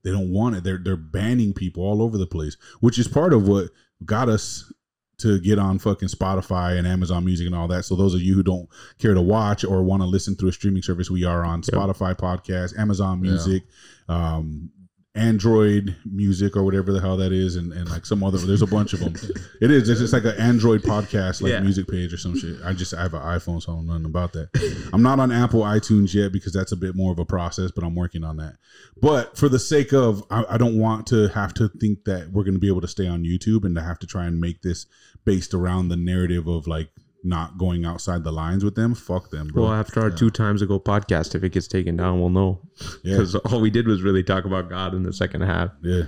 They don't want it. They're they're banning people all over the place, which is part of what got us to get on fucking Spotify and Amazon Music and all that. So those of you who don't care to watch or want to listen through a streaming service, we are on Yep. Spotify podcast, Amazon Yeah. Music, um, Android Music or whatever the hell that is, and, and like some other. There's a bunch of them. It is. It's just like an Android podcast, like Yeah. music page or some shit. I just I have an iPhone, so I don't know nothing about that. I'm not on Apple iTunes yet because that's a bit more of a process, but I'm working on that. But for the sake of, I, I don't want to have to think that we're going to be able to stay on YouTube and to have to try and make this based around the narrative of like not going outside the lines with them. Fuck them, bro. Well, after our two times ago podcast, if it gets taken down, we'll know. yeah, Because all we did was really talk about God in the second half. yeah.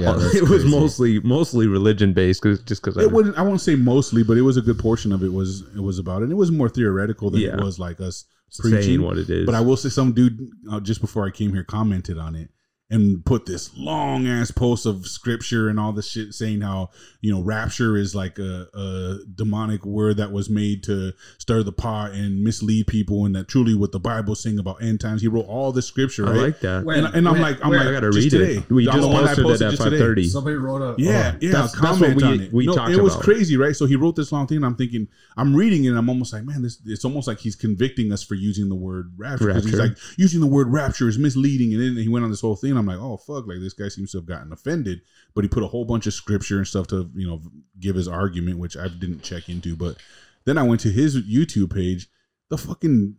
Yeah, All- that's it was crazy. mostly mostly religion based, cause, just because It wasn't. I won't say mostly, but it was a good portion of it was it was about it. It was more theoretical than it Yeah. was like us saying preaching. what it is. But I will say, some dude uh, just before I came here commented on it and put this long ass post of scripture and all this shit saying how you know rapture is like a, a demonic word that was made to stir the pot and mislead people and that truly what the Bible's saying about end times. He wrote all the scripture, I right? like that. Wait, and, and I'm Wait, like, I'm wait, like, I gotta read just today. it. We I'm just the one that posted, posted it at just today. five thirty. Somebody wrote a Yeah, oh, yeah. that's- that's comment what we- on it. we no, talked it was about. crazy, right? So he wrote this long thing, and I'm thinking, I'm reading it, and I'm almost like, man, this. It's almost like he's convicting us for using the word rapture because he's Rapture. like using the word rapture is misleading, and then he went on this whole thing. and I'm like, oh fuck, like this guy seems to have gotten offended, but he put a whole bunch of scripture and stuff to you know give his argument, which I didn't check into, but then I went to his YouTube page. The fucking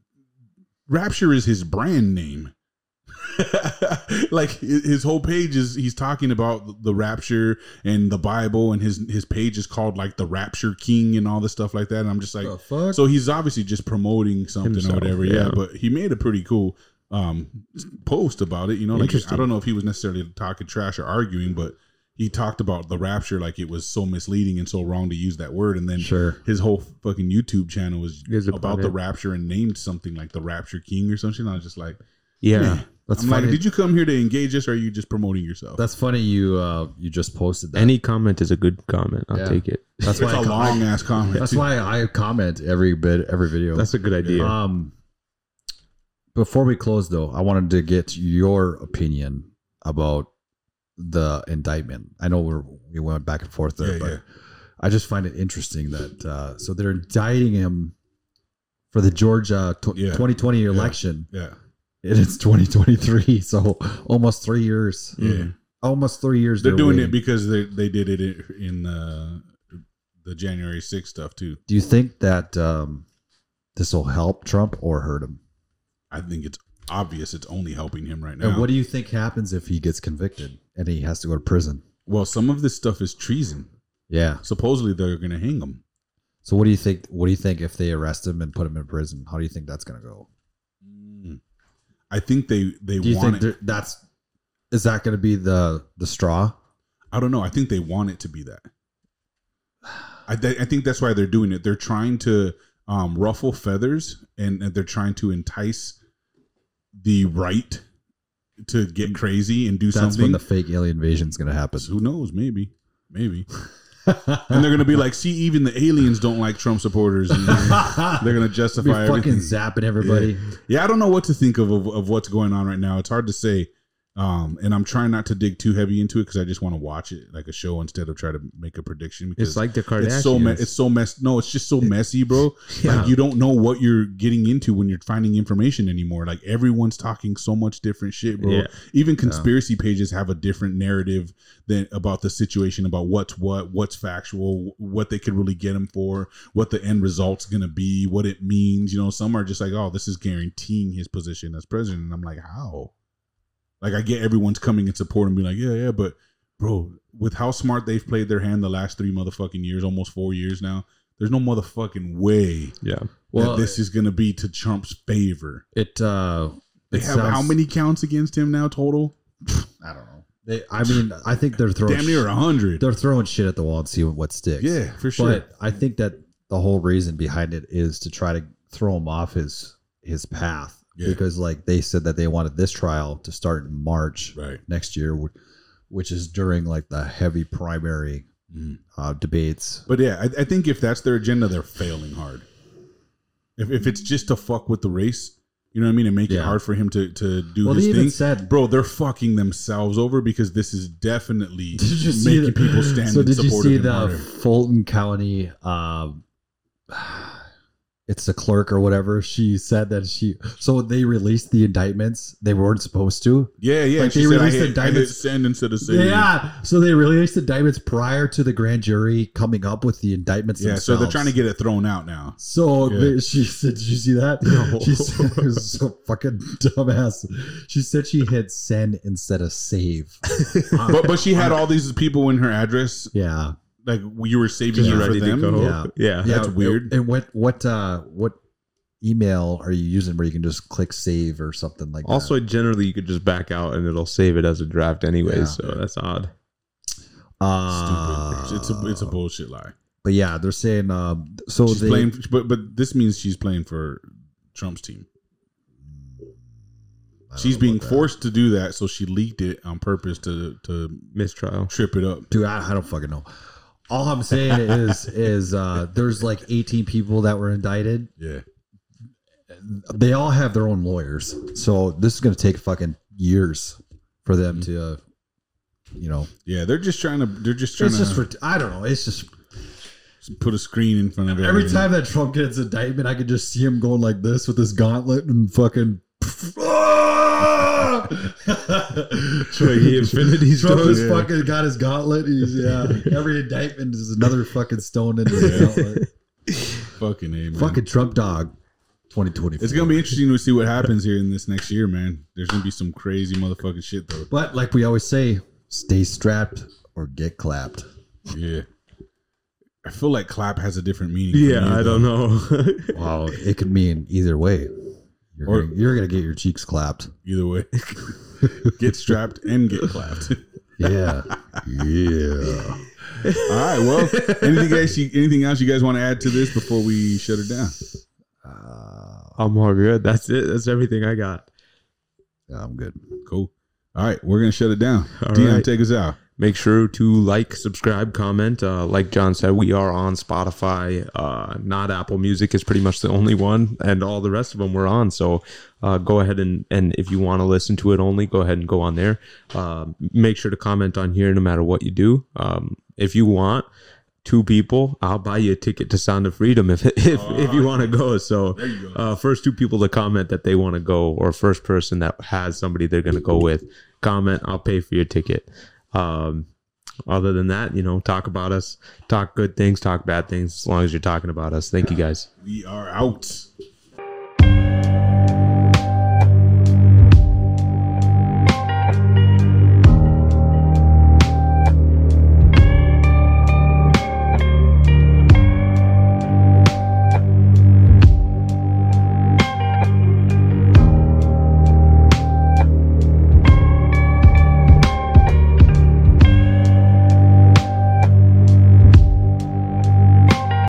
Rapture is his brand name. like hi- his whole page is he's talking about the rapture and the Bible and his his page is called like the Rapture King and all this stuff like that. And I'm just like the fuck. so he's obviously just promoting something Himself, or whatever. Yeah. yeah. but he made a pretty cool um post about it. You know, like I Interesting. don't know if he was necessarily talking trash or arguing, but he talked about the rapture like it was so misleading and so wrong to use that word. And then sure. his whole fucking YouTube channel was Is about about the it. rapture and named something like the Rapture King or something. I was just like, "Hmm." Yeah. That's I'm funny. like, did you come here to engage us or are you just promoting yourself? That's funny. You uh, you just posted that. any comment is a good comment. I'll Yeah. take it. that's it's why a I com- long ass comment. That's too. why I comment every bit every video. That's a good idea. Um, before we close, though, I wanted to get your opinion about the indictment. I know we're, we went back and forth there, Yeah, but yeah. I just find it interesting that uh, so they're indicting him for the Georgia tw- Yeah. 2020 election, yeah. and it's 2023, so almost three years. Yeah. Almost three years. They're doing it waiting. because they, they did it in- in uh, the January 6th stuff too. Do you think that um, this will help Trump or hurt him? I think it's obvious it's only helping him right And now. what do you think happens if he gets convicted and he has to go to prison? well, some of this stuff is treason. Yeah. Supposedly they're going to hang him. So what do you think? What do you think if they arrest him and put him in prison? How do you think that's gonna go? I think they they Mm. Do you want think it. there- that's is that gonna be the the straw? I don't know. I think they want it to be that. I, th- I think that's why they're doing it. They're trying to um, ruffle feathers and, and they're trying to entice the right to get crazy and do That's when something. the fake alien invasion is gonna happen. Who knows? Maybe. Maybe. and they're going to be like, see, even the aliens don't like Trump supporters. And They're they're going to be justify fucking everything. zapping everybody. Yeah, I don't know what to think of, of of what's going on right now. It's hard to say, um, and I'm trying not to dig too heavy into it because I just want to watch it like a show instead of try to make a prediction. Because it's like the Kardashians. it's so me- it's so mess. No, it's just so messy, bro. Yeah. Like you don't know what you're getting into when you're finding information anymore. Like everyone's talking so much different shit, bro. Yeah. Even conspiracy pages have a different narrative than about the situation, about what's what, what's factual, what they could really get them for, what the end result's gonna be, what it means. You know, some are just like, oh, this is guaranteeing his position as president, and I'm like, how? Like I get everyone's coming in support and be like, yeah, yeah, but bro, with how smart they've played their hand the last three motherfucking years, almost four years now, there's no motherfucking way Yeah. that Well, this is gonna be to Trump's favor. it. uh They it have how sounds- many counts against him now total? I don't know. They, I mean, I think they're throwing Damn near a hundred. they're throwing shit at the wall and see what sticks. Yeah, for sure. But I think that the whole reason behind it is to try to throw him off his his path Yeah. because like they said that they wanted this trial to start in March right. next year, wh- which is during like the heavy primary Mm. uh, debates. But yeah, I, I think if that's their agenda, they're failing hard. If, if it's just to fuck with the race, you know what I mean, and make it Yeah. hard for him to to do well, they his even thing. said. Bro, they're fucking themselves over because this is definitely Did you see making the- people stand So in did you support of see him the harder. Fulton County? Um, it's the clerk or whatever. She said that she. So they released the indictments. They weren't supposed to. Yeah, yeah. Like, she they said, I released the hit, I hit diamonds- send instead of save. Yeah. So they released the indictments prior to the grand jury coming up with the indictments. Yeah, so they're themselves. trying to get it thrown out now. So Yeah. they- she said, "Did you see that?" No. She said, it was "So fucking dumbass." She said she hit send instead of save. But but she had all these people in her address, Yeah, like you were saving Just it for ready to them. go. Yeah. Yeah. yeah. That's weird. And what what uh what email are you using where you can just click save or something like that? Also, generally, you could just back out and it'll save it as a draft anyway. Yeah. So that's odd. uh, Ah. Stupid. it's a it's a bullshit lie. But yeah, they're saying um. So She's they playing, but but this means she's playing for Trump's team. I don't She's know being about that. forced to do that, so she leaked it on purpose to to Mistrial. trip it up. dude I, I don't fucking know all i'm saying is is uh there's like 18 people that were indicted Yeah, they all have their own lawyers so this is going to take fucking years for them to uh, you know yeah. They're just trying to. They're just trying it's to just for i don't know it's just put a screen in front of everything. every time that trump gets indictment i can just see him going like this with his gauntlet and fucking Like the Infinity Trump Stones. has fucking got his gauntlet. He's, yeah, every indictment is another fucking stone in his gauntlet. Fucking a, man. Fucking Trump dog, 2024. It's gonna be interesting to see what happens here in this next year, man. There's gonna be some crazy motherfucking shit though. But like we always say, stay strapped or get clapped. Yeah. I feel like clap has a different meaning. for me, Yeah, I though. don't know. Wow, it could mean either way. You're, Or- gonna, you're gonna get your cheeks clapped. Either way, get strapped and get clapped. Yeah, yeah. All right. Well, anything else? You, anything else you guys want to add to this before we shut it down? Uh, I'm all good. That's it. That's everything I got. yeah, I'm good. Cool. All right, we're gonna shut it down. All Dion, right. take us out. Make sure to like, subscribe, comment. Uh, like John said, we are on Spotify. Uh, not Apple Music is pretty much the only one, and all the rest of them we're on. So uh, go ahead and, and if you want to listen to it only, go ahead and go on there. Um make sure to comment on here no matter what you do. Um, if you want two people, I'll buy you a ticket to Sound of Freedom if if, if you want to go. So you go. uh, first two people to comment that they want to go, or first person that has somebody they're going to go with, comment. I'll pay for your ticket. Um, other than that, you know, talk about us, talk good things, talk bad things, as long as you're talking about us. Thank you guys. We are out.